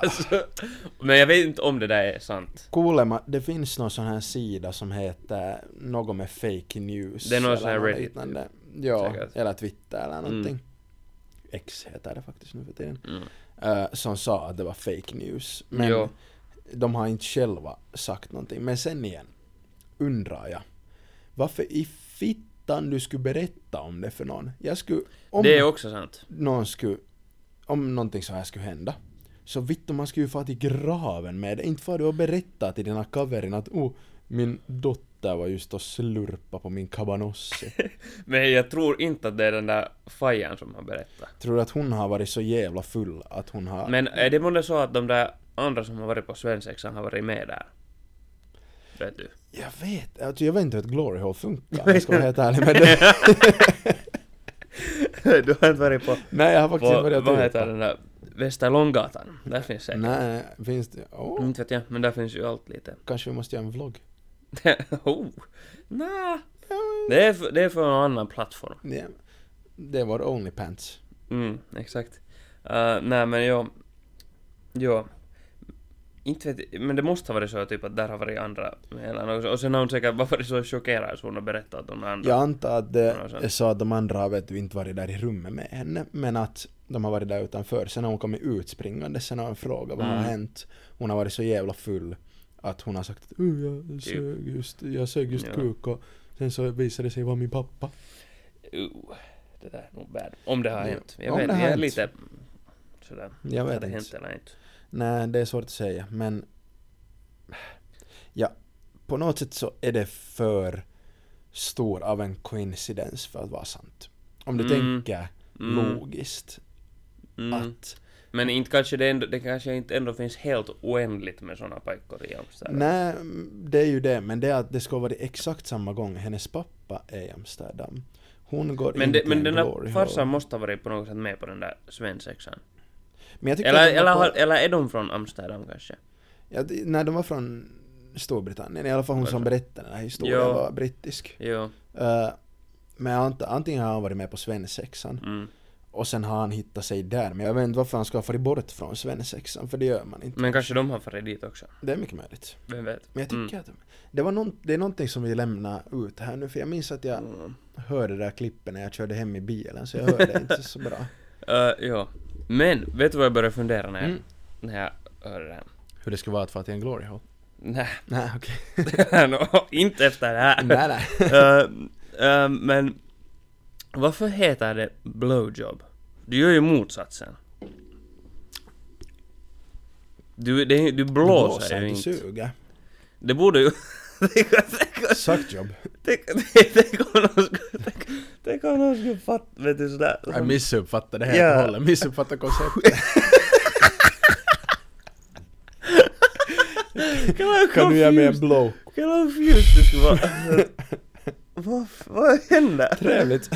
Speaker 3: Men jag vet inte om det där är sant.
Speaker 2: Kuulemma, det finns någon sån här sida som heter något med fake news.
Speaker 3: Det är någon
Speaker 2: eller
Speaker 3: sån här
Speaker 2: något
Speaker 3: Reddit,
Speaker 2: liknande. Ja,
Speaker 3: Säkert.
Speaker 2: eller Twitter eller någonting.
Speaker 3: Mm.
Speaker 2: X heter det faktiskt nu för tiden.
Speaker 3: Mm.
Speaker 2: Eh, som sa att det var fake news. Men
Speaker 3: Jo.
Speaker 2: de har inte själva sagt någonting. Men sen igen, undrar jag. Varför i fittan du skulle berätta om det för någon? Jag skulle... Om
Speaker 3: Det är också sant.
Speaker 2: någon skulle... Om någonting så här skulle hända. Så vittu man skulle ju fara till graven med det. Inte far du och berätta till dina kaverin att oh, min dotter var just och slurpa på min cabanossi.
Speaker 3: Men jag tror inte att det är den där fajan som har berättat.
Speaker 2: Tror du att hon har varit så jävla full att hon har...
Speaker 3: Men är det månne så att de där andra som har varit på svensexan har varit med där? Vet du?
Speaker 2: Jag vet, alltså jag vet inte hur ett glory hole funkar. Jag ska vara helt ärlig med det.
Speaker 3: du har inte varit på...
Speaker 2: Nej, jag har faktiskt inte
Speaker 3: på
Speaker 2: varit
Speaker 3: vad
Speaker 2: och
Speaker 3: heter
Speaker 2: tittat.
Speaker 3: den där? Västerlånggatan. Där finns säkert. Mm.
Speaker 2: Nej, finns det? Åh,
Speaker 3: Inte vet jag, men där finns ju allt lite.
Speaker 2: kanske vi måste göra en vlogg.
Speaker 3: oh. Nä. Det är, för, det är för en annan plattform.
Speaker 2: Ja. Det var Onlypants.
Speaker 3: Mm, exakt. Uh, nej men jo. Jo. Inte vet men det måste ha varit så typ att där har varit andra medlemmar också. Och sen har hon säkert bara varit så chockerad att hon har berättat att hon har andra.
Speaker 2: Jag antar att det
Speaker 3: Ja, sen.
Speaker 2: är så att de andra har vet du, inte varit där i rummet med henne, men att de har varit där utanför. Sen har hon kommit utspringande, sen har hon frågat vad har
Speaker 3: Mm.
Speaker 2: hänt. Hon har varit så jävla full att hon har sagt att "Uh, jag sög just, jag sög just
Speaker 3: Typ. Ja.
Speaker 2: kuk och sen så visade det sig vara min pappa.
Speaker 3: Uh, det där är nog bad. Om det har
Speaker 2: Ja.
Speaker 3: hänt. Jag
Speaker 2: Om
Speaker 3: vet
Speaker 2: det har
Speaker 3: jag är
Speaker 2: hänt.
Speaker 3: lite sådär.
Speaker 2: Jag
Speaker 3: Har
Speaker 2: vet
Speaker 3: det
Speaker 2: inte.
Speaker 3: hänt eller inte?
Speaker 2: Nej, det är svårt att säga, men... Ja, på något sätt så är det för stor av en coincidens för att vara sant. Om du
Speaker 3: Mm.
Speaker 2: tänker logiskt
Speaker 3: Mm.
Speaker 2: att...
Speaker 3: Men inte kanske det, ändå, det kanske inte ändå finns helt oändligt med såna pojkar i Amsterdam.
Speaker 2: Nej, det är ju det, men det är att det ska vara det exakt samma gång hennes pappa är i Amsterdam. Hon går
Speaker 3: Men,
Speaker 2: in
Speaker 3: det,
Speaker 2: till
Speaker 3: men
Speaker 2: en
Speaker 3: den
Speaker 2: glory
Speaker 3: där
Speaker 2: hole.
Speaker 3: farsan måste ha varit på något sätt med på den där svensexan.
Speaker 2: Men jag tycker
Speaker 3: Eller,
Speaker 2: att de var
Speaker 3: eller,
Speaker 2: på-
Speaker 3: har, eller är de från Amsterdam kanske?
Speaker 2: Ja, det- nej, de var från Storbritannien, i alla fall hon som
Speaker 3: Varför?
Speaker 2: berättade den här historien
Speaker 3: Ja.
Speaker 2: var brittisk.
Speaker 3: Jo.
Speaker 2: Eh, men jag antar, antingen har han varit med på svensexan
Speaker 3: Mm.
Speaker 2: och sen har han hittat sig där, men jag vet inte varför han ska ha farit bort från svensexan, för det gör man inte.
Speaker 3: Men kanske de har farit dit också.
Speaker 2: Det är mycket möjligt.
Speaker 3: Vem vet? Mm.
Speaker 2: Men jag tycker att det, var någon, det är någonting som vi lämnar ut här nu, för jag minns att jag
Speaker 3: Mm.
Speaker 2: hörde det där klippet när jag körde hem i bilen, så jag hörde det inte så bra.
Speaker 3: Uh, ja. Men, vet du vad jag började fundera när jag,
Speaker 2: Mm.
Speaker 3: när jag hörde det här?
Speaker 2: Hur det skulle vara att vara till en glory hole?
Speaker 3: Nej,
Speaker 2: Nej, okej.
Speaker 3: nå, inte efter det här.
Speaker 2: nej, nej.
Speaker 3: Eh, eh, men, varför heter det blowjob? Du gör ju motsatsen. Du, det, du blåser ju
Speaker 2: du
Speaker 3: inte.
Speaker 2: suger.
Speaker 3: Det borde ju... Tänk om- tänk om-
Speaker 2: Suckjob.
Speaker 3: tänk- tänk- tänk om någon skulle- tänk- Tänk om någon skulle fatta, vet du sådär.
Speaker 2: Jag missuppfattade det
Speaker 3: Ja.
Speaker 2: helt och hållet, missuppfattade konceptet.
Speaker 3: Kan man
Speaker 2: Kan du göra mig en
Speaker 3: confused?
Speaker 2: blow?
Speaker 3: Kan man confused det skulle vara? Vad, vad händer?
Speaker 2: Trevligt.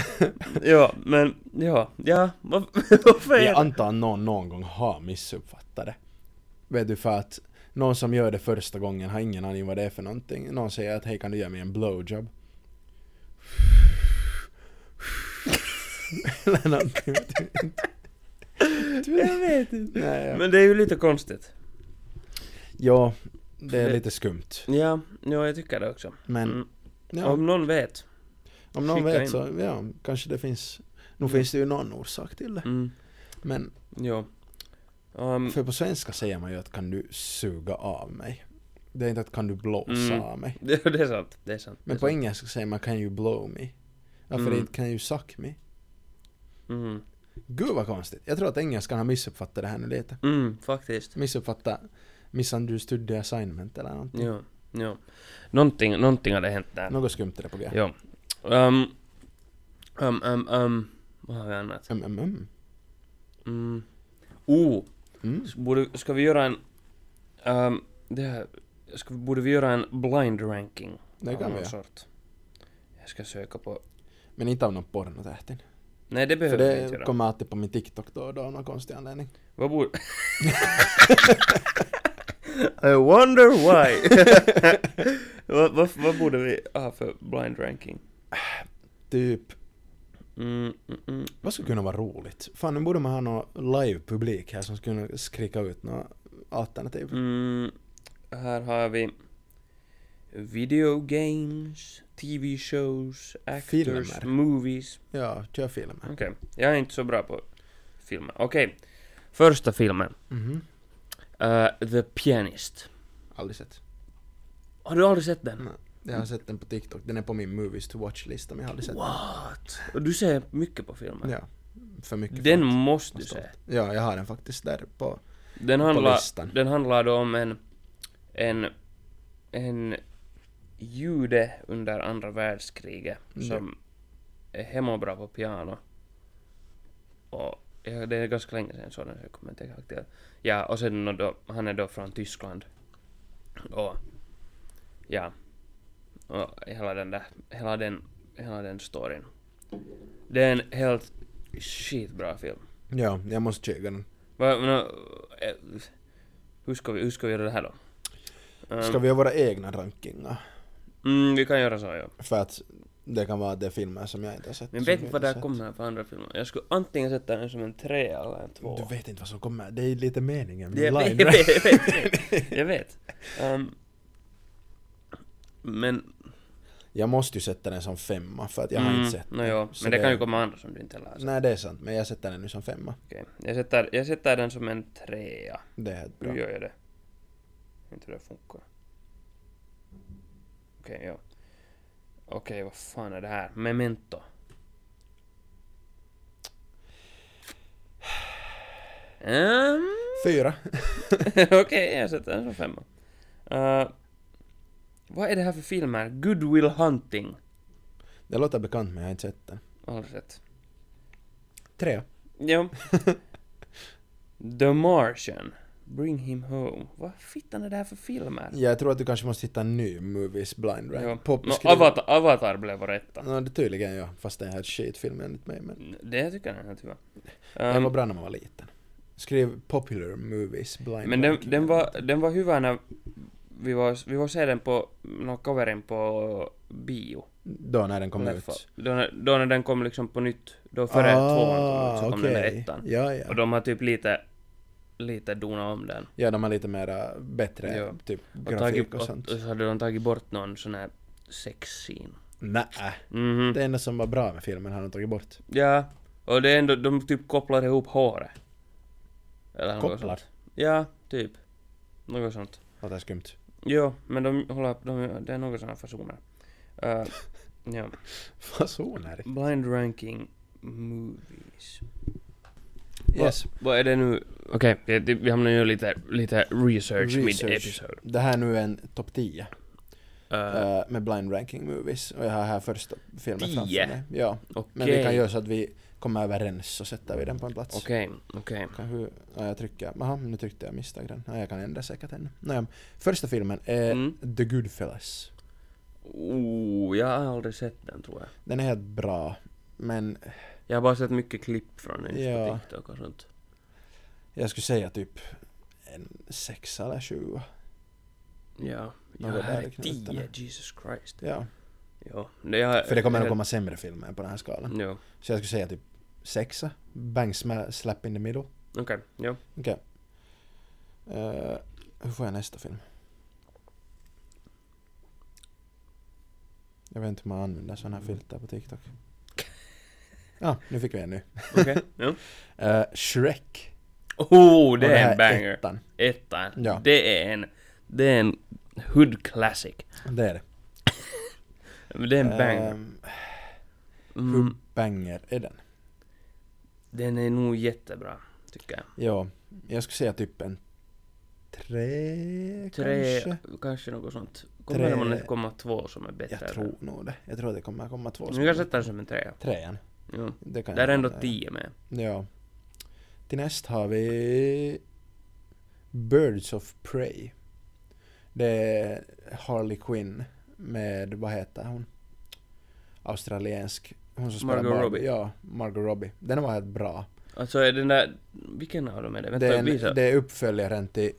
Speaker 3: Ja, men ja, ja, vad, varför är
Speaker 2: Jag
Speaker 3: det?
Speaker 2: antar att någon någon gång har missuppfattat det. Vet du, för att någon som gör det första gången har ingen aning vad det är för någonting. Någon säger att hej kan du göra mig en blowjob? Eller någonting.
Speaker 3: Jag vet inte.
Speaker 2: Nej, ja.
Speaker 3: Men det är ju lite konstigt.
Speaker 2: ja, det är lite skumt.
Speaker 3: Ja, ja jag tycker det också.
Speaker 2: Men
Speaker 3: Mm.
Speaker 2: ja,
Speaker 3: Om någon vet.
Speaker 2: om någon
Speaker 3: skicka in.
Speaker 2: vet så, ja, kanske det finns. Nu finns det ju någon orsak till det.
Speaker 3: Mm,
Speaker 2: Men
Speaker 3: ja. Um,
Speaker 2: för på svenska säger man ju att kan du suga av mig? Det är inte att kan du blåsa
Speaker 3: Mm.
Speaker 2: av mig?
Speaker 3: det, det är sant, det är sant.
Speaker 2: Men
Speaker 3: det
Speaker 2: på
Speaker 3: är sant.
Speaker 2: engelska säger man can you blow me? Varför
Speaker 3: Mm.
Speaker 2: inte can you suck me?
Speaker 3: Mm,
Speaker 2: Gud vad konstigt. Jag tror att engelskan har missuppfattat det här nu lite.
Speaker 3: mm, faktiskt.
Speaker 2: Missuppfattat misunderstood the assignment eller någonting.
Speaker 3: Ja, ja. Någonting, någonting hade hänt där.
Speaker 2: Något skumt är det på g.
Speaker 3: Mm. Ja. Um, um, um, um, vad har vi annat?
Speaker 2: Mm, mm, mm.
Speaker 3: Mm. Oh,
Speaker 2: Mm.
Speaker 3: s- borde, ska vi göra en... Um, det här, ska, borde vi göra en blind ranking?
Speaker 2: Det
Speaker 3: av
Speaker 2: kan vi
Speaker 3: någon
Speaker 2: göra.
Speaker 3: sort? Jag ska söka på...
Speaker 2: Men inte av någon pornotähtin.
Speaker 3: Nej, det
Speaker 2: För
Speaker 3: behöver vi inte
Speaker 2: det
Speaker 3: göra.
Speaker 2: kommer alltid på min TikTok då och då av någon konstig anledning.
Speaker 3: Vad borde... I wonder why! vad, vad, vad borde vi ha för blind ranking?
Speaker 2: Typ,
Speaker 3: Mm, mm, mm.
Speaker 2: vad skulle kunna vara roligt? Fan nu borde man ha någon live-publik här som skulle kunna skrika ut något alternativ.
Speaker 3: Mm, här har vi video games, TV shows, actors,
Speaker 2: Filmer.
Speaker 3: movies.
Speaker 2: Ja, kör filmer.
Speaker 3: Okej, jag är inte så bra på filmer. Okej, första filmen.
Speaker 2: Mhm.
Speaker 3: Eh, The Pianist.
Speaker 2: Aldrig sett.
Speaker 3: Har du aldrig sett den?
Speaker 2: Nej. Jag har sett den på TikTok. Den är på min Movies to Watch-lista men jag har aldrig sett
Speaker 3: What? Och du ser mycket på
Speaker 2: den.
Speaker 3: filmen.
Speaker 2: Ja. För mycket
Speaker 3: Den
Speaker 2: folk
Speaker 3: måste
Speaker 2: har
Speaker 3: du se.
Speaker 2: stått. Ja, jag har den faktiskt där på...
Speaker 3: Den handlar,
Speaker 2: listan.
Speaker 3: den handlar då om en, en, en jude under andra världskriget
Speaker 2: Mm.
Speaker 3: som är hemmabra på piano. Och ja, det är ganska länge sedan jag såg den, så jag kommer inte ihåg det. Ja, och sen nå då, han är då från Tyskland. Och ja, och hela den där, hela den, hela den storyn. Det är en helt skitbra film.
Speaker 2: Ja, jag måste kika den.
Speaker 3: Vad, men, eh, hur, ska vi, hur ska vi göra det här då? Ehm,
Speaker 2: Ska vi göra våra egna rankingar?
Speaker 3: Mm, vi kan göra så, ja.
Speaker 2: För att det kan vara att det är filmer som jag inte har sett.
Speaker 3: Men
Speaker 2: som
Speaker 3: vet
Speaker 2: du
Speaker 3: inte vad
Speaker 2: inte
Speaker 3: det här
Speaker 2: sett.
Speaker 3: kommer för andra filmer. Jag skulle antingen sätta den som en tre eller en två.
Speaker 2: Du vet inte vad som kommer. Det är lite meningen
Speaker 3: Det-
Speaker 2: med line.
Speaker 3: jag, vet, jag vet, jag vet. Jag vet. Ehm, men...
Speaker 2: Jag måste ju sätta den som femma för att jag har
Speaker 3: mm,
Speaker 2: inte sett
Speaker 3: no,
Speaker 2: den.
Speaker 3: jo,
Speaker 2: Så
Speaker 3: Men det kan ju komma andra som du inte heller har sett.
Speaker 2: Nej, det är sant. Men jag sätter den nu som femma.
Speaker 3: Okej. Jag, sätter, jag sätter den som en trea.
Speaker 2: Det är helt bra.
Speaker 3: Hur gör jag det? Inte det funkar. Okej, ja. Okej, vad fan är det här? Memento. Ehm,
Speaker 2: Fyra.
Speaker 3: Okej, jag sätter den som femma. Eh, vad är det här för filmer? Goodwill Hunting.
Speaker 2: Det låter bekant men jag har inte sett den.
Speaker 3: Aldrig sett.
Speaker 2: Tre.
Speaker 3: Ja. The Martian. Bring him home. Vad fittan är det här för filmer?
Speaker 2: Jag tror att du kanske måste hitta en ny Movies Blind
Speaker 3: Ja.
Speaker 2: Rank.
Speaker 3: No,
Speaker 2: skriver-
Speaker 3: Avatar, Avatar blev vår etta.
Speaker 2: No, det tydligen ja, fast det är en helt skitfilm enligt mig. Men
Speaker 3: Det tycker jag är helt hyvä.
Speaker 2: den var
Speaker 3: Ehm,
Speaker 2: bra när man var liten. Skriv Popular Movies Blind
Speaker 3: men den,
Speaker 2: Ranking.
Speaker 3: den, var, den var hyvä när vi var, vi var se den på, no, kaverin på bio.
Speaker 2: Då när den kom
Speaker 3: Leffa.
Speaker 2: ut.
Speaker 3: Då, när- då när den kom liksom på nytt, då före tvåan kom ut så kom den där
Speaker 2: Ah, okej.
Speaker 3: ettan.
Speaker 2: Ja, ja.
Speaker 3: Och de har typ lite, lite donat om den.
Speaker 2: ja, de har lite mera bättre
Speaker 3: Ja.
Speaker 2: typ
Speaker 3: Och, tagit,
Speaker 2: grafik
Speaker 3: och,
Speaker 2: och
Speaker 3: och
Speaker 2: sånt.
Speaker 3: så hade de tagit bort någon sån här sexscen.
Speaker 2: Nä.
Speaker 3: Mhm.
Speaker 2: Det enda som var bra med filmen har de tagit bort.
Speaker 3: Ja. Och det är ändå, de typ kopplar ihop håret. Eller något
Speaker 2: Kopplar?
Speaker 3: sånt. Ja, typ. Något sånt.
Speaker 2: Låter skumt.
Speaker 3: Jo, men de håller, de, det är några sådana fasoner. Eh, ja.
Speaker 2: Fasoner.
Speaker 3: Blind ranking movies.
Speaker 2: Yes.
Speaker 3: Vad är det nu? Okej, vi, vi hamnar ju lite, lite research, mid episode.
Speaker 2: Det här nu är en topp 10
Speaker 3: Uh,
Speaker 2: eh, med blind ranking movies och jag har här första filmen
Speaker 3: Tio?
Speaker 2: framför mig. Ja, men vi
Speaker 3: Okej,
Speaker 2: kan
Speaker 3: okej,
Speaker 2: göra så att vi kommer överens så sätter vi den på en plats.
Speaker 3: okej. okej.
Speaker 2: Kan hur, ja, jag trycker, aha, nu tryckte jag misstag den. Ja, jag kan ändra säkert ännu. Nåja, första filmen är
Speaker 3: Mm.
Speaker 2: The Goodfellas.
Speaker 3: Oh, jag har aldrig sett den tror jag.
Speaker 2: Den är helt bra, men
Speaker 3: Jag har bara sett mycket klipp från den just på
Speaker 2: Ja.
Speaker 3: TikTok och sånt.
Speaker 2: jag skulle säga typ en sexa eller tjugo.
Speaker 3: Ja. Ja,
Speaker 2: Något
Speaker 3: det här
Speaker 2: där
Speaker 3: är
Speaker 2: i
Speaker 3: tio,
Speaker 2: knutarna.
Speaker 3: Jesus Christ.
Speaker 2: Ja,
Speaker 3: Jo. jag-
Speaker 2: för det kommer nog
Speaker 3: jag-
Speaker 2: komma sämre filmer på den här skalan.
Speaker 3: Jo,
Speaker 2: Så jag skulle säga typ sexa. Bang sma- slap in the middle.
Speaker 3: okej, jo.
Speaker 2: Okej. Eh, hur får jag nästa film? Jag vet inte hur man använder sådana
Speaker 3: Mm.
Speaker 2: här filter på TikTok. Ja, ah, nu fick vi en ny.
Speaker 3: Okej, jo.
Speaker 2: Eh, Shrek.
Speaker 3: Oh, det
Speaker 2: Och
Speaker 3: är
Speaker 2: här
Speaker 3: en banger.
Speaker 2: Ettan.
Speaker 3: ettan.
Speaker 2: Ja.
Speaker 3: Det är en, det är en hood classic.
Speaker 2: Det är det.
Speaker 3: Det är en banger.
Speaker 2: Ehm, hur
Speaker 3: Mm,
Speaker 2: banger är den?
Speaker 3: den är nog jättebra, tycker jag.
Speaker 2: Ja, jag skulle säga typ en tre,
Speaker 3: Tre,
Speaker 2: kanske?
Speaker 3: kanske, något sånt. Kommer det man
Speaker 2: Tre.
Speaker 3: att komma två som är bättre?
Speaker 2: Jag tror nog det. Jag tror att det kommer komma två.
Speaker 3: Vi kan sätta den som en trea.
Speaker 2: Trean.
Speaker 3: Jo.
Speaker 2: Det kan
Speaker 3: Där är
Speaker 2: jag
Speaker 3: ändå
Speaker 2: säga.
Speaker 3: tio med.
Speaker 2: Ja. Till nästa har vi Birds of Prey. Det är Harley Quinn med, vad heter hon? Australiensk. Hon som spelar
Speaker 3: Margot
Speaker 2: Barbie.
Speaker 3: Robbie.
Speaker 2: Ja, Margot Robbie. Den var helt bra.
Speaker 3: Alltså är den där, vilken av dem är det? Vänta,
Speaker 2: det, är en,
Speaker 3: visa.
Speaker 2: det är uppföljaren till,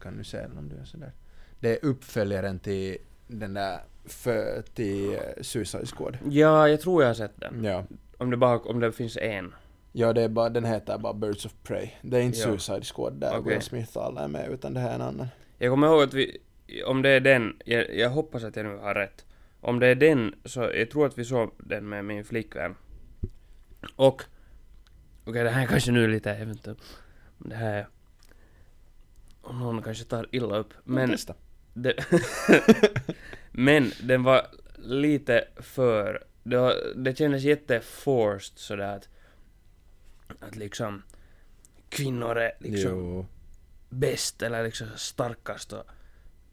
Speaker 2: kan du säga den om du gör sådär? Det är uppföljaren till den där, för, till eh, Suicide Squad.
Speaker 3: Ja, jag tror jag har sett den.
Speaker 2: Ja.
Speaker 3: Om det bara, om det finns en.
Speaker 2: Ja, det är bara, den heter bara Birds of Prey. Det är inte
Speaker 3: Ja.
Speaker 2: Suicide Squad där
Speaker 3: Okej.
Speaker 2: Will Smith och alla är med, utan det här är en annan.
Speaker 3: Jag kommer ihåg att vi, om det är den, jag, jag hoppas att jag nu har rätt. Om det är den, så jag tror att vi såg den med min flickvän. Och, okej det här kanske nu är lite, jag vet inte, om det här är- om någon kanske tar illa upp. Men
Speaker 2: Testa.
Speaker 3: Det, men den var lite för... Det, var, det kändes jätteforced sådär att... Att liksom... Kvinnor är liksom
Speaker 2: Jo.
Speaker 3: bäst eller liksom starkast och...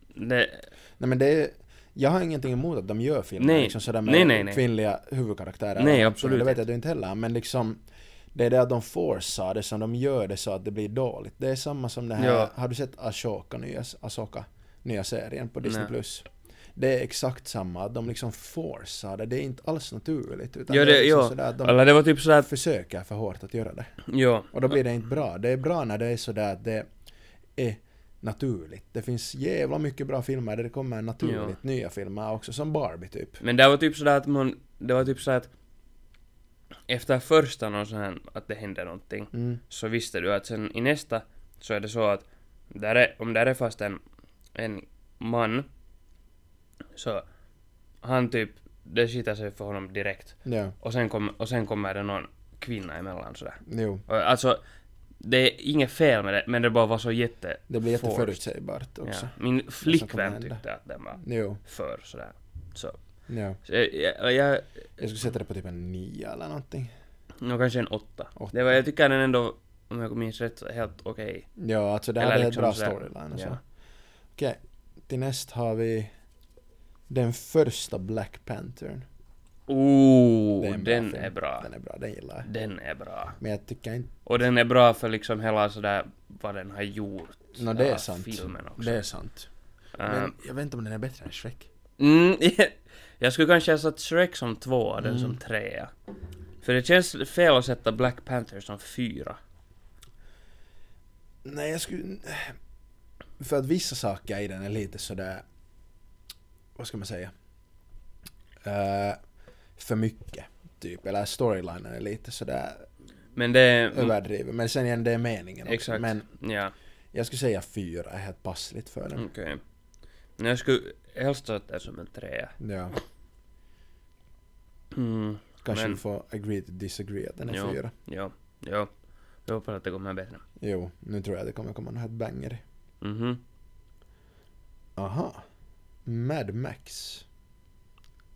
Speaker 3: Det,
Speaker 2: Nej men det är, jag har ingenting emot att de gör filmer
Speaker 3: Nej.
Speaker 2: liksom sådär med
Speaker 3: Nej, nej, nej.
Speaker 2: kvinnliga huvudkaraktärer.
Speaker 3: Nej, absolut
Speaker 2: Det vet
Speaker 3: inte.
Speaker 2: jag du inte heller, men liksom det är det att de forcear det som de gör det så att det blir dåligt. Det är samma som det här,
Speaker 3: Ja.
Speaker 2: har du sett Ashoka, nya, Ashoka, nya serien på Disney+.
Speaker 3: Nej.
Speaker 2: Plus? Det är exakt samma, att de liksom forcear det, det är inte alls naturligt. Utan
Speaker 3: jo,
Speaker 2: det är
Speaker 3: det,
Speaker 2: liksom
Speaker 3: jo.
Speaker 2: sådär att de
Speaker 3: Eller det var typ sådär att...
Speaker 2: försöker för hårt att göra det.
Speaker 3: Jo.
Speaker 2: Och då blir det inte bra. Det är bra när det är sådär att det är naturligt. Det finns jävla mycket bra filmer där det kommer naturligt nya filmer också, som Barbie typ.
Speaker 3: Men det var typ sådär att man... Det var typ sådär att... Efter första någon sån här, att det hände någonting.
Speaker 2: Mm.
Speaker 3: så visste du att sen i nästa så är det så att där är, om där är fast en, en man så han typ, det skiter sig för honom direkt.
Speaker 2: Ja,
Speaker 3: Och sen, kom, och sen kommer det någon kvinna emellan sådär.
Speaker 2: jo.
Speaker 3: Och Alltså, det är inget fel med det, men det bara var så jätte...
Speaker 2: Det blir
Speaker 3: forced.
Speaker 2: jätteförutsägbart också.
Speaker 3: Ja. Min
Speaker 2: kommer hända.
Speaker 3: flickvän tyckte att den var
Speaker 2: Jo,
Speaker 3: för sådär. Så,
Speaker 2: ja.
Speaker 3: så jag, jag, jag,
Speaker 2: Jag skulle sätta det på typ en nia eller någonting.
Speaker 3: no, kanske en åtta.
Speaker 2: Åtta.
Speaker 3: Det var, jag tycker den ändå, om jag minns rätt, så helt okej.
Speaker 2: Ja, alltså det här
Speaker 3: Eller
Speaker 2: är
Speaker 3: liksom
Speaker 2: ett bra
Speaker 3: sådär.
Speaker 2: storyline och så.
Speaker 3: Ja.
Speaker 2: Okej, till näst har vi den första Black Panthern. Det är
Speaker 3: Oh,
Speaker 2: en bra
Speaker 3: den
Speaker 2: film.
Speaker 3: är bra.
Speaker 2: Den är bra, den gillar jag.
Speaker 3: Den är bra.
Speaker 2: Men jag tycker inte...
Speaker 3: Och den är bra för liksom hela sådär vad den har gjort.
Speaker 2: Nå det är
Speaker 3: hela
Speaker 2: sant.
Speaker 3: Filmen också.
Speaker 2: Det är sant.
Speaker 3: Ehm,
Speaker 2: Men jag vet inte om den är bättre än Shrek.
Speaker 3: mm, jag skulle kanske ha satt Shrek som tvåa, den
Speaker 2: Mm.
Speaker 3: som trea. För det känns fel att sätta Black Panther som fyra.
Speaker 2: Nej, jag skulle... För att vissa saker i den är lite sådär... Vad ska man säga? Eh, för mycket, typ. Eller storylinen är lite sådär
Speaker 3: Men det är...
Speaker 2: överdriven. Men sen igen, det är meningen också.
Speaker 3: Mm. Exakt.
Speaker 2: Men
Speaker 3: Ja,
Speaker 2: jag skulle säga fyra är helt passligt för den.
Speaker 3: okej. Men jag skulle helst satt den som en trea.
Speaker 2: Ja.
Speaker 3: Mm,
Speaker 2: Kanske
Speaker 3: Men-
Speaker 2: vi får agree to disagree att den är
Speaker 3: Jo.
Speaker 2: fyra.
Speaker 3: ja, ja. Jag hoppas att det kommer bättre.
Speaker 2: Jo, nu tror jag det kommer komma något helt banger.
Speaker 3: Mhm.
Speaker 2: Aha. Mad Max.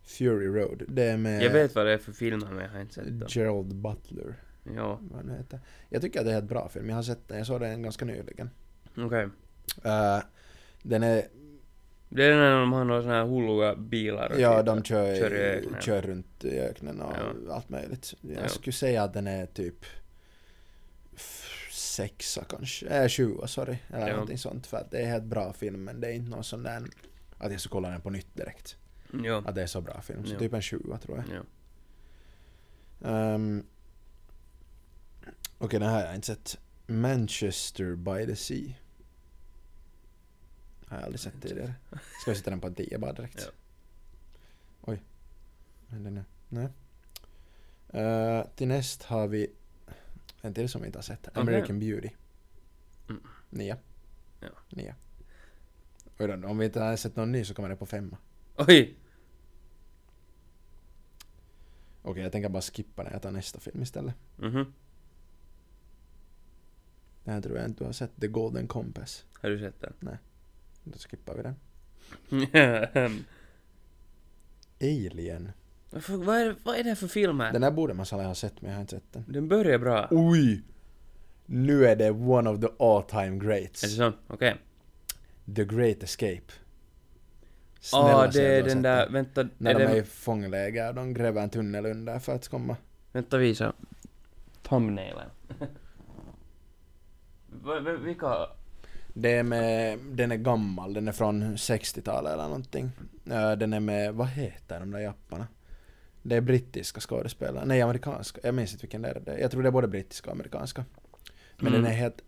Speaker 2: Fury Road. Det är med
Speaker 3: Jag vet vad det är för filmer men jag har inte sett dem.
Speaker 2: Gerald Butler.
Speaker 3: Ja,
Speaker 2: vad den heter. Jag tycker att det är ett bra film, jag har sett den, jag såg den ganska nyligen.
Speaker 3: okej.
Speaker 2: Eh, den är,
Speaker 3: Det är när de har några såna här hulluga bilar och
Speaker 2: ja
Speaker 3: skit.
Speaker 2: de kör, i-
Speaker 3: kör i öknen.
Speaker 2: kör runt i öknen och
Speaker 3: Ja.
Speaker 2: allt möjligt. Jag
Speaker 3: Ja.
Speaker 2: skulle säga att den är typ f- sexa kanske, äh, tjua sorry, eller
Speaker 3: Ja.
Speaker 2: någonting sånt för att det är helt bra film men det är inte någon sån där att jag ska kolla den på nytt direkt.
Speaker 3: Ja.
Speaker 2: Att det är så bra film, så
Speaker 3: Ja.
Speaker 2: typ en tjua tror jag.
Speaker 3: ja.
Speaker 2: Ehm, Okej, den här har jag inte sett. Manchester by the Sea. Har jag aldrig sett tidigare. Ska vi sätta den på en 10 bara direkt?
Speaker 3: Ja.
Speaker 2: Oj. Men den är... Nej. Eh, till näst har vi en till som vi inte har sett.
Speaker 3: Okej.
Speaker 2: American Beauty.
Speaker 3: Mm.
Speaker 2: Nia.
Speaker 3: Ja.
Speaker 2: Nia. Oj då, om vi inte har sett någon ny så kommer det på femma.
Speaker 3: Oj!
Speaker 2: Okej, jag tänker bara skippa den. Jag tar nästa film istället.
Speaker 3: Mhm.
Speaker 2: Den här tror jag inte du har sett. The Golden Compass.
Speaker 3: Har du sett den?
Speaker 2: Då skippar vi den. Alien.
Speaker 3: Äh. Varför- vad, är, vad är det här för film här?
Speaker 2: Den Oh. här borde man sannolikt ha sett men jag har inte sett den.
Speaker 3: Den börjar bra.
Speaker 2: Oj! Nu är det one of the all time
Speaker 3: Är det
Speaker 2: greats.
Speaker 3: så? Okej.
Speaker 2: The Great Escape.
Speaker 3: Ah, det
Speaker 2: säg att du
Speaker 3: är
Speaker 2: har
Speaker 3: den
Speaker 2: sett
Speaker 3: där, vänta,
Speaker 2: När
Speaker 3: är
Speaker 2: de är
Speaker 3: det,
Speaker 2: i fångläger och de gräver en tunnel under för att komma.
Speaker 3: vänta visa. Thumbnailen. Va- va- Vilka?
Speaker 2: Det är med, den är gammal, den är från 60-talet eller någonting. Eh, Den är med, vad heter de där japparna? Det är brittiska skådespelare, nej amerikanska, jag minns inte vilken det är. Det- Jag tror det är både brittiska och amerikanska. Men
Speaker 3: Mm.
Speaker 2: den är helt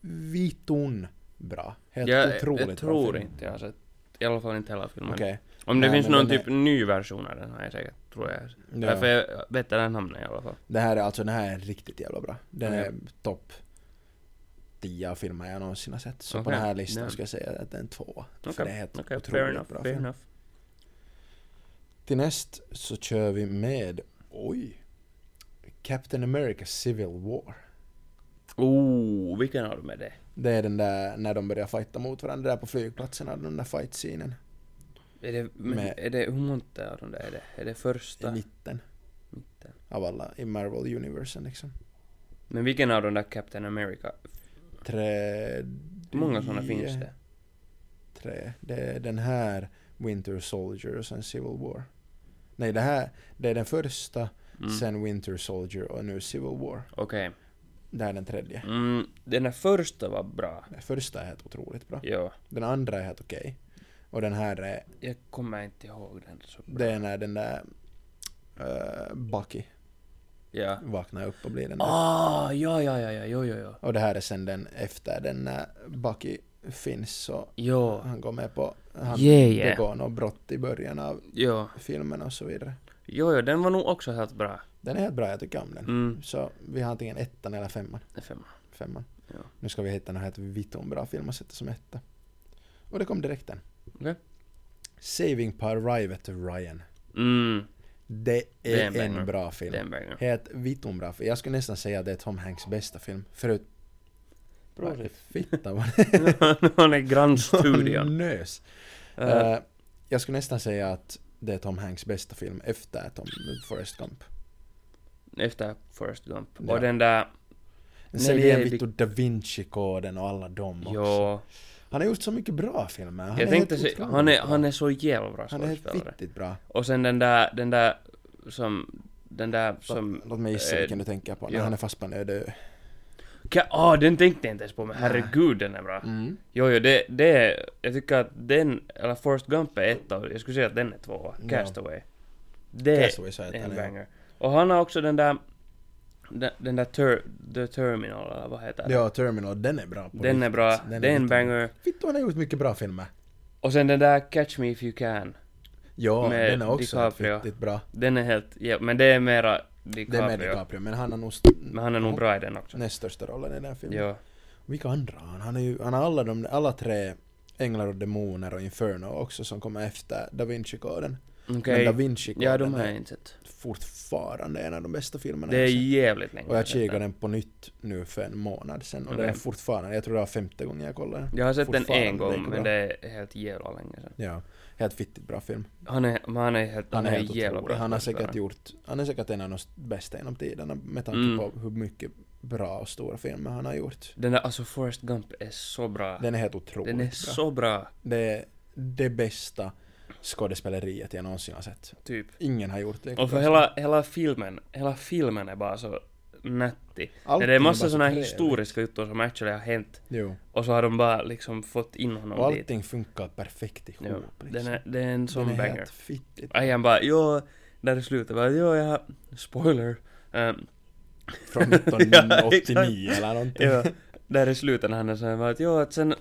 Speaker 2: vitun bra. Helt
Speaker 3: Jag,
Speaker 2: otroligt
Speaker 3: jag
Speaker 2: bra
Speaker 3: tror
Speaker 2: film.
Speaker 3: inte jag har sett. I alla fall inte hela filmen.
Speaker 2: Okej.
Speaker 3: Om det
Speaker 2: Nej,
Speaker 3: finns
Speaker 2: men
Speaker 3: någon
Speaker 2: den
Speaker 3: typ ny version av den har jag säkert, tror jag. Därför
Speaker 2: Ja.
Speaker 3: jag vet den namnet i alla fall.
Speaker 2: Det här är alltså, den här är riktigt jävla bra. Den
Speaker 3: Okej.
Speaker 2: är topp 10 av filmer jag någonsin har sett. Så på
Speaker 3: Okej,
Speaker 2: den här listan
Speaker 3: damn.
Speaker 2: ska jag säga att den är en tvåa. För
Speaker 3: Okej,
Speaker 2: det är helt
Speaker 3: Okej, fair
Speaker 2: otroligt
Speaker 3: enough,
Speaker 2: bra
Speaker 3: fair
Speaker 2: film.
Speaker 3: enough.
Speaker 2: Till näst så kör vi med, oj, Captain America Civil War.
Speaker 3: Oh, Oh, vilken av dem är det?
Speaker 2: Det är den där när de börjar fighta mot varandra där på flygplatsen, hade den där fight-scenen
Speaker 3: Är det, men,
Speaker 2: Med-
Speaker 3: är det hur många av dem där är det? Är det
Speaker 2: i
Speaker 3: första?
Speaker 2: mitten
Speaker 3: Mitten.
Speaker 2: av alla i Marvel Universen liksom.
Speaker 3: Men vilken av dem där Captain America?
Speaker 2: Tre...
Speaker 3: Hur många sådana finns det?
Speaker 2: Tre. Det är den här Winter Soldier och sen Civil War. Nej, det här, det är den första,
Speaker 3: Mm.
Speaker 2: sen Winter Soldier och nu Civil War.
Speaker 3: Okej.
Speaker 2: Det är den tredje.
Speaker 3: Mm, den där första var bra.
Speaker 2: Den första är helt otroligt bra.
Speaker 3: Jo.
Speaker 2: Den andra är helt okej. Och den här är,
Speaker 3: Jag kommer inte ihåg den så bra.
Speaker 2: det är när den där eh, Bucky
Speaker 3: Ja.
Speaker 2: vaknar upp och blir den där.
Speaker 3: Ah, ja, ja, ja, ja, jo, jo, jo.
Speaker 2: Och det här är sen den efter den när Bucky finns och
Speaker 3: Jo.
Speaker 2: han går med på, han
Speaker 3: Yeah, yeah.
Speaker 2: begår något brott i början av
Speaker 3: Jo.
Speaker 2: filmen och så vidare.
Speaker 3: Jo, jo, den var nog också helt bra.
Speaker 2: Den är helt bra, jag tycker om den.
Speaker 3: Mm.
Speaker 2: Så vi har antingen ettan eller femman.
Speaker 3: Femma.
Speaker 2: femman.
Speaker 3: Ja.
Speaker 2: Nu ska vi hitta någon helt vitton bra film att sätta som etta. Och det kom direkt den.
Speaker 3: Okej.
Speaker 2: Saving Private Ryan.
Speaker 3: Mm,
Speaker 2: Det
Speaker 3: Det är
Speaker 2: är
Speaker 3: en banger.
Speaker 2: en bra film.
Speaker 3: den vägen.
Speaker 2: Helt vitton bra film. Jag skulle nästan säga att det är Tom Hanks bästa film. Förut...
Speaker 3: Bra
Speaker 2: Vad Fitta vad
Speaker 3: Han är grannstudion.
Speaker 2: han nös.
Speaker 3: Eh,
Speaker 2: Eh, jag skulle nästan säga att det är Tom Hanks bästa film efter Tom Forrest Gump.
Speaker 3: Efter Forrest Gump.
Speaker 2: Ja.
Speaker 3: Och den där,
Speaker 2: Sen
Speaker 3: Nej, det är
Speaker 2: igen Vito Da Vinci-koden och alla dem också.
Speaker 3: jo.
Speaker 2: Han har gjort så mycket bra filmer. Han
Speaker 3: Jag
Speaker 2: är
Speaker 3: tänkte
Speaker 2: helt
Speaker 3: se,
Speaker 2: otroligt
Speaker 3: han är,
Speaker 2: bra.
Speaker 3: han är så jävla bra
Speaker 2: Han är helt
Speaker 3: skådespelare.
Speaker 2: riktigt bra.
Speaker 3: Och sen den där, den där som, den där som...
Speaker 2: Låt, låt mig gissa
Speaker 3: eh,
Speaker 2: vilken du tänker på. När
Speaker 3: ja.
Speaker 2: han är fast på en öde ö.
Speaker 3: Ka- Ah, den tänkte jag inte ens på, men herregud den är bra.
Speaker 2: Mm.
Speaker 3: Jo, jo, det, det är, jag tycker att den, eller Forrest Gump är etta, och jag skulle säga att den är tvåa.
Speaker 2: Ja.
Speaker 3: Castaway. Det
Speaker 2: Castaway sa jag
Speaker 3: är
Speaker 2: att
Speaker 3: en
Speaker 2: han är.
Speaker 3: banger. Och han har också den där, den, den där ter, The Terminal, eller vad heter det?
Speaker 2: Ja, Terminal, den är bra. På
Speaker 3: Den är
Speaker 2: riktigt.
Speaker 3: bra, det är en
Speaker 2: riktigt bra.
Speaker 3: banger.
Speaker 2: Vittu, han har gjort mycket bra filmer.
Speaker 3: Och sen den där Catch Me If You Can.
Speaker 2: Ja,
Speaker 3: Med
Speaker 2: den är också helt
Speaker 3: DiCaprio.
Speaker 2: riktigt bra.
Speaker 3: Den är helt, ja, men det är mera
Speaker 2: Det är med
Speaker 3: DiCaprio. Mm.
Speaker 2: DiCaprio, men han har nog st-
Speaker 3: Men han är nog bra i den också.
Speaker 2: näst största rollen i den här filmen.
Speaker 3: Jo.
Speaker 2: Vilka andra har han? Han, är ju, han har alla, de, alla tre Änglar och Demoner och Inferno också som kommer efter Da Vinci-koden. Men
Speaker 3: Okej.
Speaker 2: Da Vinci-koden
Speaker 3: Ja, de har jag
Speaker 2: är
Speaker 3: inte sett.
Speaker 2: fortfarande en av de bästa filmerna
Speaker 3: Det
Speaker 2: jag
Speaker 3: är
Speaker 2: har sett.
Speaker 3: jävligt länge
Speaker 2: Och jag
Speaker 3: sedan.
Speaker 2: kikade den på nytt nu för en månad sedan och
Speaker 3: Okej.
Speaker 2: den är fortfarande, jag tror det var femte gången jag kollade den.
Speaker 3: Jag har sett den
Speaker 2: fortfarande
Speaker 3: en
Speaker 2: lika
Speaker 3: gång,
Speaker 2: bra.
Speaker 3: men det är helt jävla länge sedan.
Speaker 2: Ja, helt fittigt bra film.
Speaker 3: Han är, men han är helt,
Speaker 2: Han är helt
Speaker 3: jävla
Speaker 2: otrolig.
Speaker 3: bra
Speaker 2: Han har
Speaker 3: skådespelare.
Speaker 2: säkert gjort, han är säkert en av de bästa genom tiderna med tanke
Speaker 3: Mm.
Speaker 2: på hur mycket bra och stora filmer han har gjort.
Speaker 3: Den där, alltså Forrest Gump är så bra. Den,
Speaker 2: Den är helt otroligt
Speaker 3: är
Speaker 2: bra.
Speaker 3: så bra,
Speaker 2: Det är det bästa skådespeleriet jag någonsin har sett.
Speaker 3: typ.
Speaker 2: Ingen har gjort det.
Speaker 3: Och för hela, hela filmen, hela filmen är bara så nätti.
Speaker 2: Allting
Speaker 3: det är
Speaker 2: bara
Speaker 3: massa
Speaker 2: så
Speaker 3: såna här
Speaker 2: trevligt.
Speaker 3: historiska juttor som actually har hänt.
Speaker 2: Jo.
Speaker 3: Och så har de bara liksom fått in honom
Speaker 2: Och
Speaker 3: dit.
Speaker 2: allting funkar perfekt ihop.
Speaker 3: Jo,
Speaker 2: liksom.
Speaker 3: den, är, den är en sån
Speaker 2: den är
Speaker 3: banger.
Speaker 2: helt fittigt.
Speaker 3: Ajan bara, jo, där i slutet bara, jo, jag har... Spoiler. Ehm,
Speaker 2: Från
Speaker 3: Ja, exakt.
Speaker 2: 1989 eller någonting. Mm.
Speaker 3: ja, där i slutet när han är såhär bara att jo, att sen...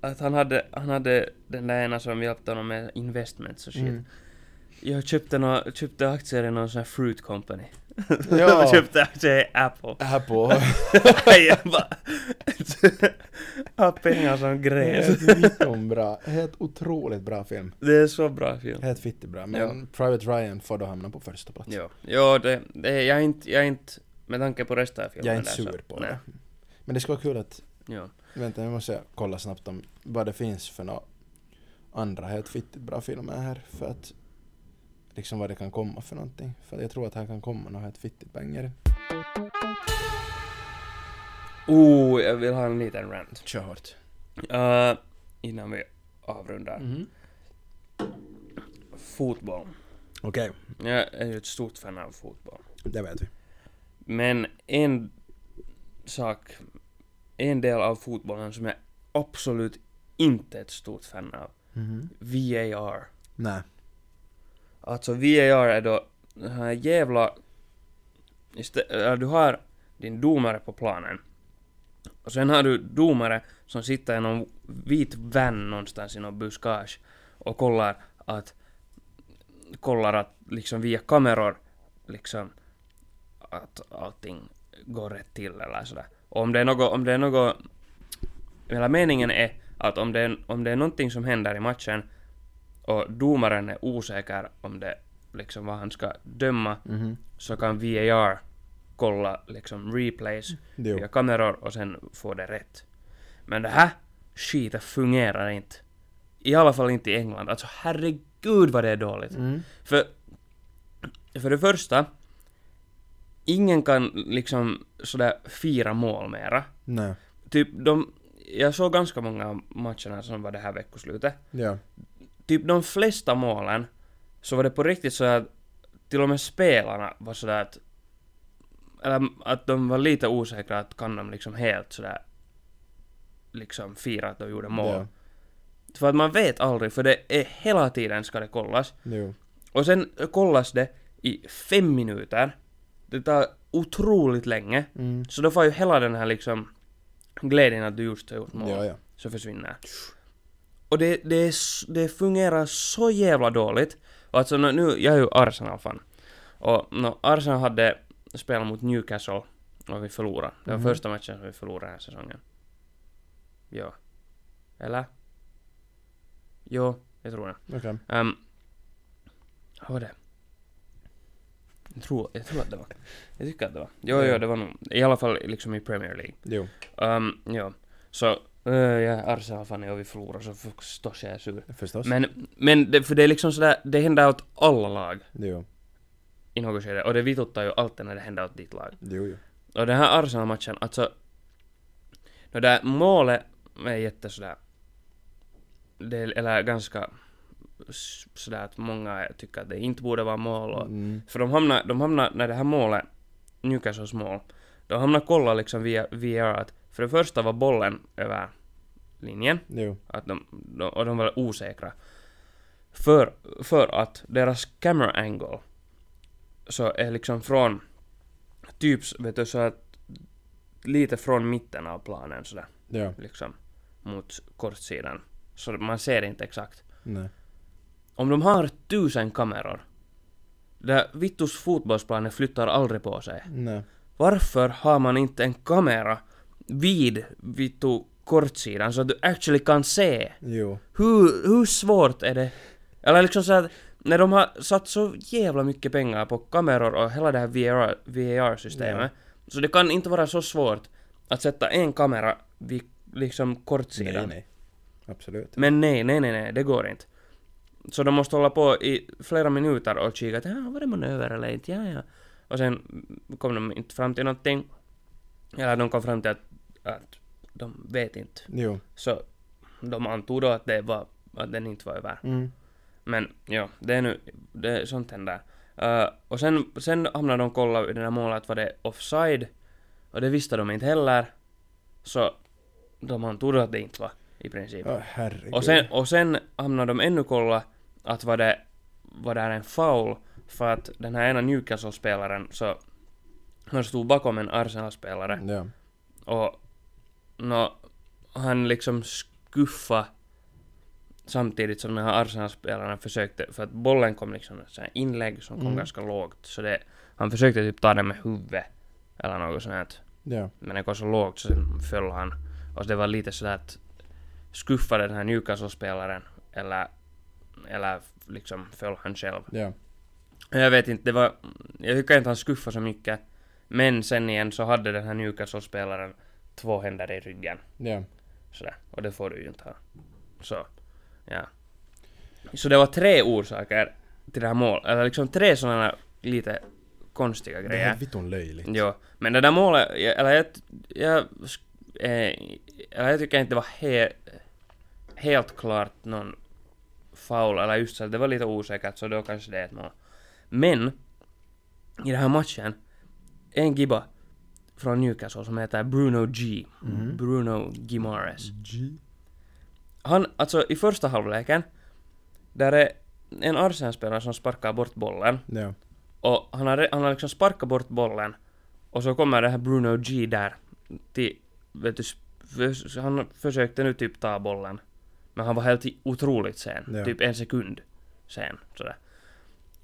Speaker 3: Att han hade, han hade den där ena som hjälpte honom med investments och shit.
Speaker 2: Mm.
Speaker 3: Jag köpte, nå köpte aktier i någon sån här fruit company.
Speaker 2: Ja.
Speaker 3: jag köpte aktier i Apple.
Speaker 2: Här på...
Speaker 3: jag bara... Har pengar som gräs.
Speaker 2: Helt vittom bra. Helt otroligt bra film.
Speaker 3: Det är så bra film.
Speaker 2: Helt fittigt bra. Men
Speaker 3: Ja.
Speaker 2: Private Ryan får då hamna på första plats.
Speaker 3: Jo, jo det, det, jag är inte, jag är inte, med tanke på resten av filmen
Speaker 2: Jag är inte
Speaker 3: där, så-
Speaker 2: sur på
Speaker 3: nej,
Speaker 2: det. Men det skulle vara kul att...
Speaker 3: Jo.
Speaker 2: Vänta, nu måste jag kolla snabbt om vad det finns för några andra helt fittigt bra filmer här. För att... Liksom vad det kan komma för någonting. För jag tror att här kan komma något helt fittigt banger.
Speaker 3: Oh, jag vill ha en liten rant.
Speaker 2: Kör hårt.
Speaker 3: Eh, innan vi avrundar.
Speaker 2: Mm.
Speaker 3: Fotboll.
Speaker 2: Okej,
Speaker 3: Jag är ju ett stort fan av fotboll.
Speaker 2: det vet vi.
Speaker 3: Men en sak, en del av fotbollen som jag absolut inte är ett stort fan av.
Speaker 2: Mm-hmm.
Speaker 3: VAR.
Speaker 2: Nej.
Speaker 3: Alltså VAR är då den här jävla... Istä- eller du har din domare på planen. Och sen har du domare som sitter i någon vit van någonstans i någon buskage och kollar att... Kollar att liksom via kameror liksom att allting går rätt till eller sådär. Och om det är något, om det är något... Eller meningen är att om det är, om det är någonting som händer i matchen och domaren
Speaker 2: Mhm.
Speaker 3: är osäker om det liksom vad han ska döma så kan VAR kolla liksom replays
Speaker 2: Mm. Jo.
Speaker 3: via kameror och sen få det rätt. Men det här skiten fungerar inte. I alla fall inte i England. Alltså herregud vad det är dåligt.
Speaker 2: Mm.
Speaker 3: För, för det första, ingen kan liksom sådär fira mål mera.
Speaker 2: Nej.
Speaker 3: Typ de, jag såg ganska många av matcherna som var det här veckoslutet.
Speaker 2: Ja.
Speaker 3: Typ de flesta målen så var det på riktigt så att till och med spelarna var sådär att eller att de var lite osäkra att kan de liksom helt sådär liksom fira att de gjorde mål.
Speaker 2: Ja.
Speaker 3: För att man vet aldrig, för det är hela tiden ska det kollas.
Speaker 2: Jo.
Speaker 3: Och sen kollas det i fem minuter. Det tar otroligt länge.
Speaker 2: Mm.
Speaker 3: Så då får ju hela den här liksom glädjen att du just har gjort mål,
Speaker 2: Ja, ja.
Speaker 3: så försvinner. Och det, det, är, s- det fungerar så jävla dåligt. Och alltså nå, nu, jag är ju Arsenal-fan. Och no, Arsenal hade spelat mot Newcastle och vi förlorade. Det var
Speaker 2: Mhm.
Speaker 3: första matchen som vi förlorade den här säsongen. Ja. Eller? Jo, jag tror det.
Speaker 2: Okej.
Speaker 3: Um, vad var det? Jag tror, jag tror att det var. Jag tycker att det var. Jo,
Speaker 2: Ja.
Speaker 3: jo, det var nog. I alla fall liksom i Premier League.
Speaker 2: Jo.
Speaker 3: Um, ja. Så, eh, jag är Arsenal-fan och vi förlorar så förstås jag är sur.
Speaker 2: Förstås.
Speaker 3: Men, men det, för det är liksom sådär, det händer åt alla lag
Speaker 2: Jo.
Speaker 3: i något skede. Och det vituttar ju alltid när det händer åt ditt lag.
Speaker 2: Jo, jo.
Speaker 3: Och den här Arsenal-matchen, alltså... No, det här målet är jätte sådär... Det är, eller ganska s- sådär att många tycker att det inte borde vara mål. Och,
Speaker 2: Mm.
Speaker 3: För de hamnar, de hamnar, när det här målet, Newcastles mål, de hamnar kolla liksom via VR att för det första var bollen över linjen,
Speaker 2: Jo.
Speaker 3: att de, de, och de var osäkra. För, för att deras camera angle så är liksom från typ, s- vet du, så att lite från mitten av planen sådär,
Speaker 2: Ja.
Speaker 3: liksom mot kortsidan. Så man ser inte exakt.
Speaker 2: Nej.
Speaker 3: Om de har tusen kameror, där Vittus fotbollsplanen flyttar aldrig på sig.
Speaker 2: Nej.
Speaker 3: Varför har man inte en kamera vid Vittu kortsidan så att du actually kan se?
Speaker 2: Jo.
Speaker 3: Hur, hur svårt är det? Eller liksom så att när de har satt så jävla mycket pengar på kameror och hela det här VR, VAR-systemet, så det kan inte vara så svårt att sätta en kamera vid liksom kortsidan.
Speaker 2: Nej, nej. Absolut.
Speaker 3: Men nej, nej, nej, nej, det går inte. Så de måste hålla på i flera minuter och kika att ja, var det manöver eller inte, ja, ja. Och sen kom de inte fram till någonting. Eller de kom fram till att, att de vet inte.
Speaker 2: Jo.
Speaker 3: Så de antog då att det var, att den inte var över.
Speaker 2: Mm.
Speaker 3: Men ja, det är nu, det är sånt händer. Eh, och sen, sen hamnade de kolla i den här målet att var det offside. Och det visste de inte heller. Så de antog då att det inte var, i princip.
Speaker 2: Oh, herregud.
Speaker 3: Och sen, och sen hamnade de ännu kolla att var det, var det här en foul för att den här ena Newcastle-spelaren så han stod bakom en Arsenal-spelare
Speaker 2: Ja.
Speaker 3: och no, han liksom skuffa samtidigt som den här Arsenal-spelaren försökte för att bollen kom liksom ett sånt här inlägg som kom
Speaker 2: Mm.
Speaker 3: ganska lågt så det, han försökte typ ta den med huvudet eller något sånt här
Speaker 2: Ja.
Speaker 3: men den kom så lågt så sen föll han. Och det var lite sådär att skuffa den här Newcastle-spelaren eller, eller liksom föll han själv.
Speaker 2: Ja.
Speaker 3: Jag vet inte, det var... Jag tycker inte han skuffade så mycket. Men sen igen så hade den här Newcastle-spelaren två händer i ryggen.
Speaker 2: Ja.
Speaker 3: Sådär. Och det får du ju inte ha. Så, ja. Så det var tre orsaker till det här målet. Eller liksom tre sådana här lite konstiga
Speaker 2: Det
Speaker 3: grejer.
Speaker 2: här är vitun löjligt.
Speaker 3: Jo, men det där målet, jag, eller jag, jag, eh, eller jag tycker inte det var he, helt klart någon foul, eller just så att det var lite osäkert, så då kanske det är ett mål. Men, i den här matchen, en gibba från Newcastle som heter Bruno G. Bruno Gimares.
Speaker 2: G.
Speaker 3: Han, alltså i första halvleken, där är en Arsenal-spelare som sparkar bort bollen.
Speaker 2: Ja.
Speaker 3: Och han har, re- han har liksom sparkat bort bollen. Och så kommer det här Bruno G där. Till, vet du, s- förs- han försökte nu typ ta bollen. Men han var helt i- otroligt sen.
Speaker 2: Ja.
Speaker 3: Typ en sekund sen. Sådär.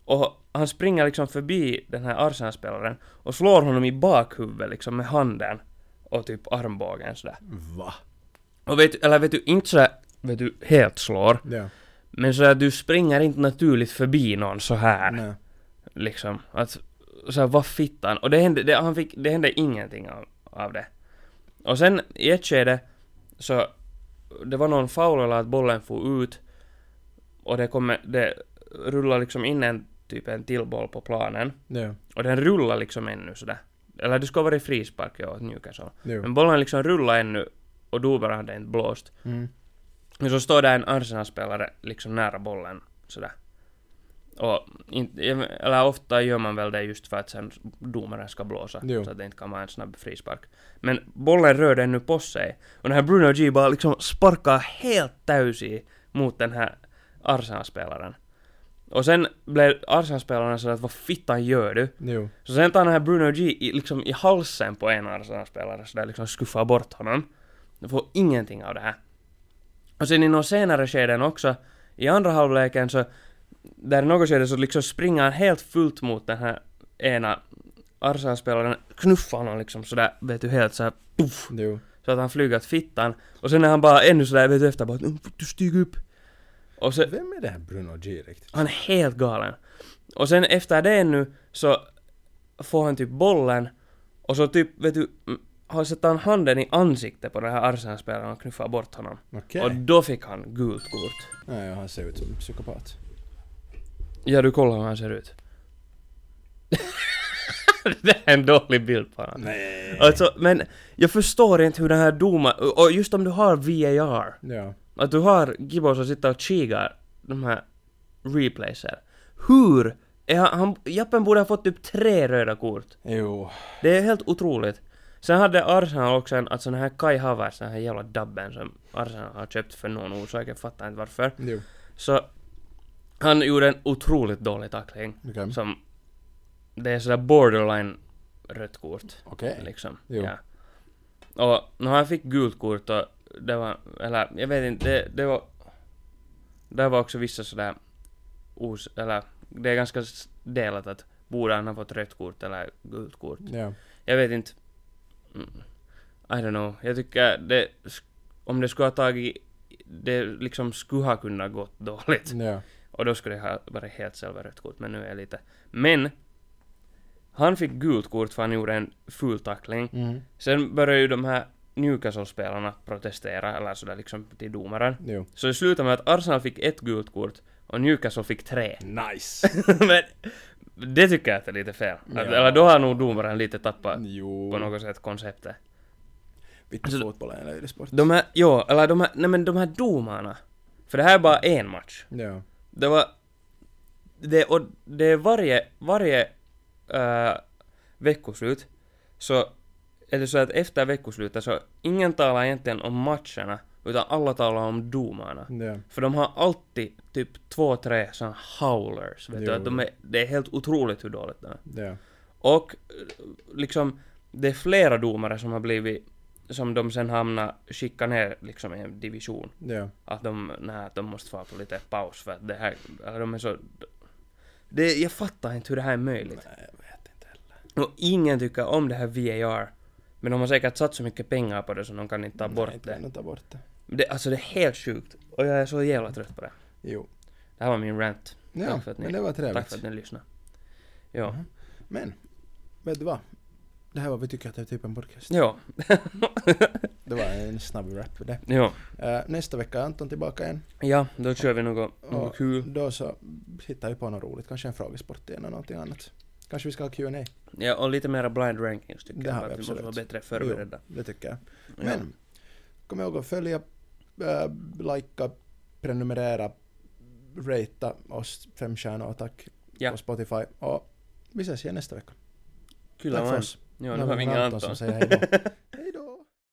Speaker 3: Och han springer liksom förbi den här Arsenal-spelaren och slår honom i bakhuvudet liksom med handen. Och typ armbågen sådär.
Speaker 2: Va?
Speaker 3: Och vet, eller vet du, inte sådär, vet du, helt slår.
Speaker 2: Ja. Äh.
Speaker 3: Men sådär, du springer inte naturligt förbi någon så här
Speaker 2: Nej.
Speaker 3: liksom. Att, så här, vad fittan? Och det hände, det, han fick, det hände ingenting av, av det. Och sen i ett skede så det var någon foul eller att bollen for ut och det kommer, det rullar liksom in en typ en till boll på planen
Speaker 2: Ja,
Speaker 3: och den rullar liksom ännu sådär. Eller det skulle vara i frispark ja, åt Newcastle.
Speaker 2: jo.
Speaker 3: Men bollen liksom rullar ännu och Dober hade inte blåst.
Speaker 2: Mm.
Speaker 3: Men så står där en Arsenal-spelare liksom nära bollen sådär. Och in, eller ofta gör man väl det just för att sen domaren ska blåsa
Speaker 2: Jo.
Speaker 3: så att det inte kan vara en snabb frispark. Men bollen rörde nu på sig och den här Bruno G bara liksom sparkar helt täysin mot den här Arsenal-spelaren. Och sen blev Arsenal-spelaren sådär att vad fittan gör du?
Speaker 2: Jo.
Speaker 3: Så sen tar den här Bruno G i, liksom i halsen på en Arsenal-spelare så där liksom skuffar bort honom. Du får ingenting av det här. Och sen i någon senare skeden också, i andra halvleken så, där i något skede så liksom springer han helt fullt mot den här ena Arsenal-spelaren, knuffar honom liksom sådär, vet du, helt såhär puff,
Speaker 2: Jo.
Speaker 3: så att han flyger åt fittan. Och sen är han bara ännu sådär, vet du, efter bara "Mm, du stig upp. Och så,
Speaker 2: Vem är det här Bruno G riktigt?
Speaker 3: han är helt galen. Och sen efter det nu så får han typ bollen och så typ, vet du, mm, har sätter han handen i ansiktet på den här Arsenal-spelaren och knuffar bort honom.
Speaker 2: Okej.
Speaker 3: Och då fick han gult kort.
Speaker 2: Nej, ja, han ser ut som en psykopat.
Speaker 3: Ja, du kollar hur han ser ut. det är en dålig bild på honom.
Speaker 2: Nej.
Speaker 3: Alltså, men jag förstår inte hur den här domaren... Och just om du har VAR,
Speaker 2: Ja.
Speaker 3: att du har Gibbo som sitter och kikar de här replayser. Hur? Är han, han, Jappen borde ha fått typ tre röda kort.
Speaker 2: Jo.
Speaker 3: Det är helt otroligt. Sen hade Arsenal också en, alltså den här Kai Havertz, den här jävla dubben som Arsenal har köpt för någon orsak, jag fattar inte varför.
Speaker 2: Jo.
Speaker 3: Så han gjorde en otroligt dålig tackling.
Speaker 2: Okej.
Speaker 3: Som, det är sådär borderline rött kort.
Speaker 2: Okej.
Speaker 3: Liksom.
Speaker 2: Jo.
Speaker 3: Ja. Och när han fick gult kort och det var, eller jag vet inte, det, det var... Där var också vissa sådär os, eller det är ganska s- delat att borde han ha fått rött kort eller gult kort.
Speaker 2: Ja.
Speaker 3: Jag vet inte. Mm. I don't know. Jag tycker det, sk- om det skulle ha tagit, det liksom skulle ha kunnat gått dåligt.
Speaker 2: Ja.
Speaker 3: Och då skulle det ha varit helt själva rött kort, men nu är jag lite... Men! Han fick gult kort för han gjorde en ful tackling.
Speaker 2: Mm.
Speaker 3: Sen började ju de här Newcastle-spelarna protestera, eller sådär liksom till domaren.
Speaker 2: Jo.
Speaker 3: Så det slutade med att Arsenal fick ett gult kort och Newcastle fick tre.
Speaker 2: Nice.
Speaker 3: men det tycker jag att det är lite fel. Att,
Speaker 2: Ja.
Speaker 3: Eller då har nog domaren lite tappat
Speaker 2: jo.
Speaker 3: på något sätt konceptet.
Speaker 2: Vittu fotboll är en löjlig sport.
Speaker 3: De här, jo, eller de här, nej men de här domarna. För det här är bara en match.
Speaker 2: Ja.
Speaker 3: Det var... Det, och det är varje, varje äh, veckoslut så är det så att efter veckoslutet så ingen talar egentligen om matcherna utan alla talar om domarna.
Speaker 2: Ja.
Speaker 3: För de har alltid typ två, tre såna howlers. Vet du?
Speaker 2: Jo.
Speaker 3: Att de är, det är helt otroligt hur dåligt det är.
Speaker 2: Ja.
Speaker 3: Och eh, liksom, det är flera domare som har blivit, som de sen hamnar, skicka ner liksom i en division.
Speaker 2: Ja.
Speaker 3: Att de, nej, att de måste få på lite paus för att det här, eller de är så... Det, jag fattar inte hur det här är möjligt.
Speaker 2: Nej, jag vet inte heller.
Speaker 3: Och ingen tycker om det här VAR. Men de har säkert satt så mycket pengar på det så de kan inte ta bort
Speaker 2: Nej, inte
Speaker 3: det.
Speaker 2: kan du Ta bort det.
Speaker 3: det. Alltså det är helt sjukt. Och jag är så jävla trött på det.
Speaker 2: Jo.
Speaker 3: Det här var min rant.
Speaker 2: Ja,
Speaker 3: Tack för att ni-
Speaker 2: men det var
Speaker 3: Tack för
Speaker 2: trevligt.
Speaker 3: att ni lyssnade. Ja.
Speaker 2: Mhm. Men, vet du vad? Det här var vi tycker att det är typ en podcast.
Speaker 3: Ja.
Speaker 2: Det var en snabb rap det.
Speaker 3: Ja.
Speaker 2: Eh, nästa vecka är Anton tillbaka igen.
Speaker 3: Ja, då kör vi något, något
Speaker 2: Ja.
Speaker 3: kul.
Speaker 2: Då så hittar vi på något roligt, kanske en frågesport igen eller någonting annat. Kanske vi ska ha Q&A.
Speaker 3: Ja, och lite mera blind rankings tycker
Speaker 2: Det
Speaker 3: jag.
Speaker 2: har
Speaker 3: för
Speaker 2: vi
Speaker 3: Att vi måste vara
Speaker 2: absolut.
Speaker 3: bättre förberedda.
Speaker 2: Det tycker jag.
Speaker 3: Ja.
Speaker 2: Men, kom ihåg att följa, äh, likea, prenumerera, ratea oss fem stjärnor tack
Speaker 3: Ja.
Speaker 2: på Spotify. Och vi ses igen nästa vecka.
Speaker 3: Kyllä
Speaker 2: Tack för
Speaker 3: vain.
Speaker 2: oss.
Speaker 3: Joo,
Speaker 2: Nu
Speaker 3: no,
Speaker 2: har
Speaker 3: no
Speaker 2: vi
Speaker 3: minkä
Speaker 2: Anton
Speaker 3: Anton.
Speaker 2: som säger hej då.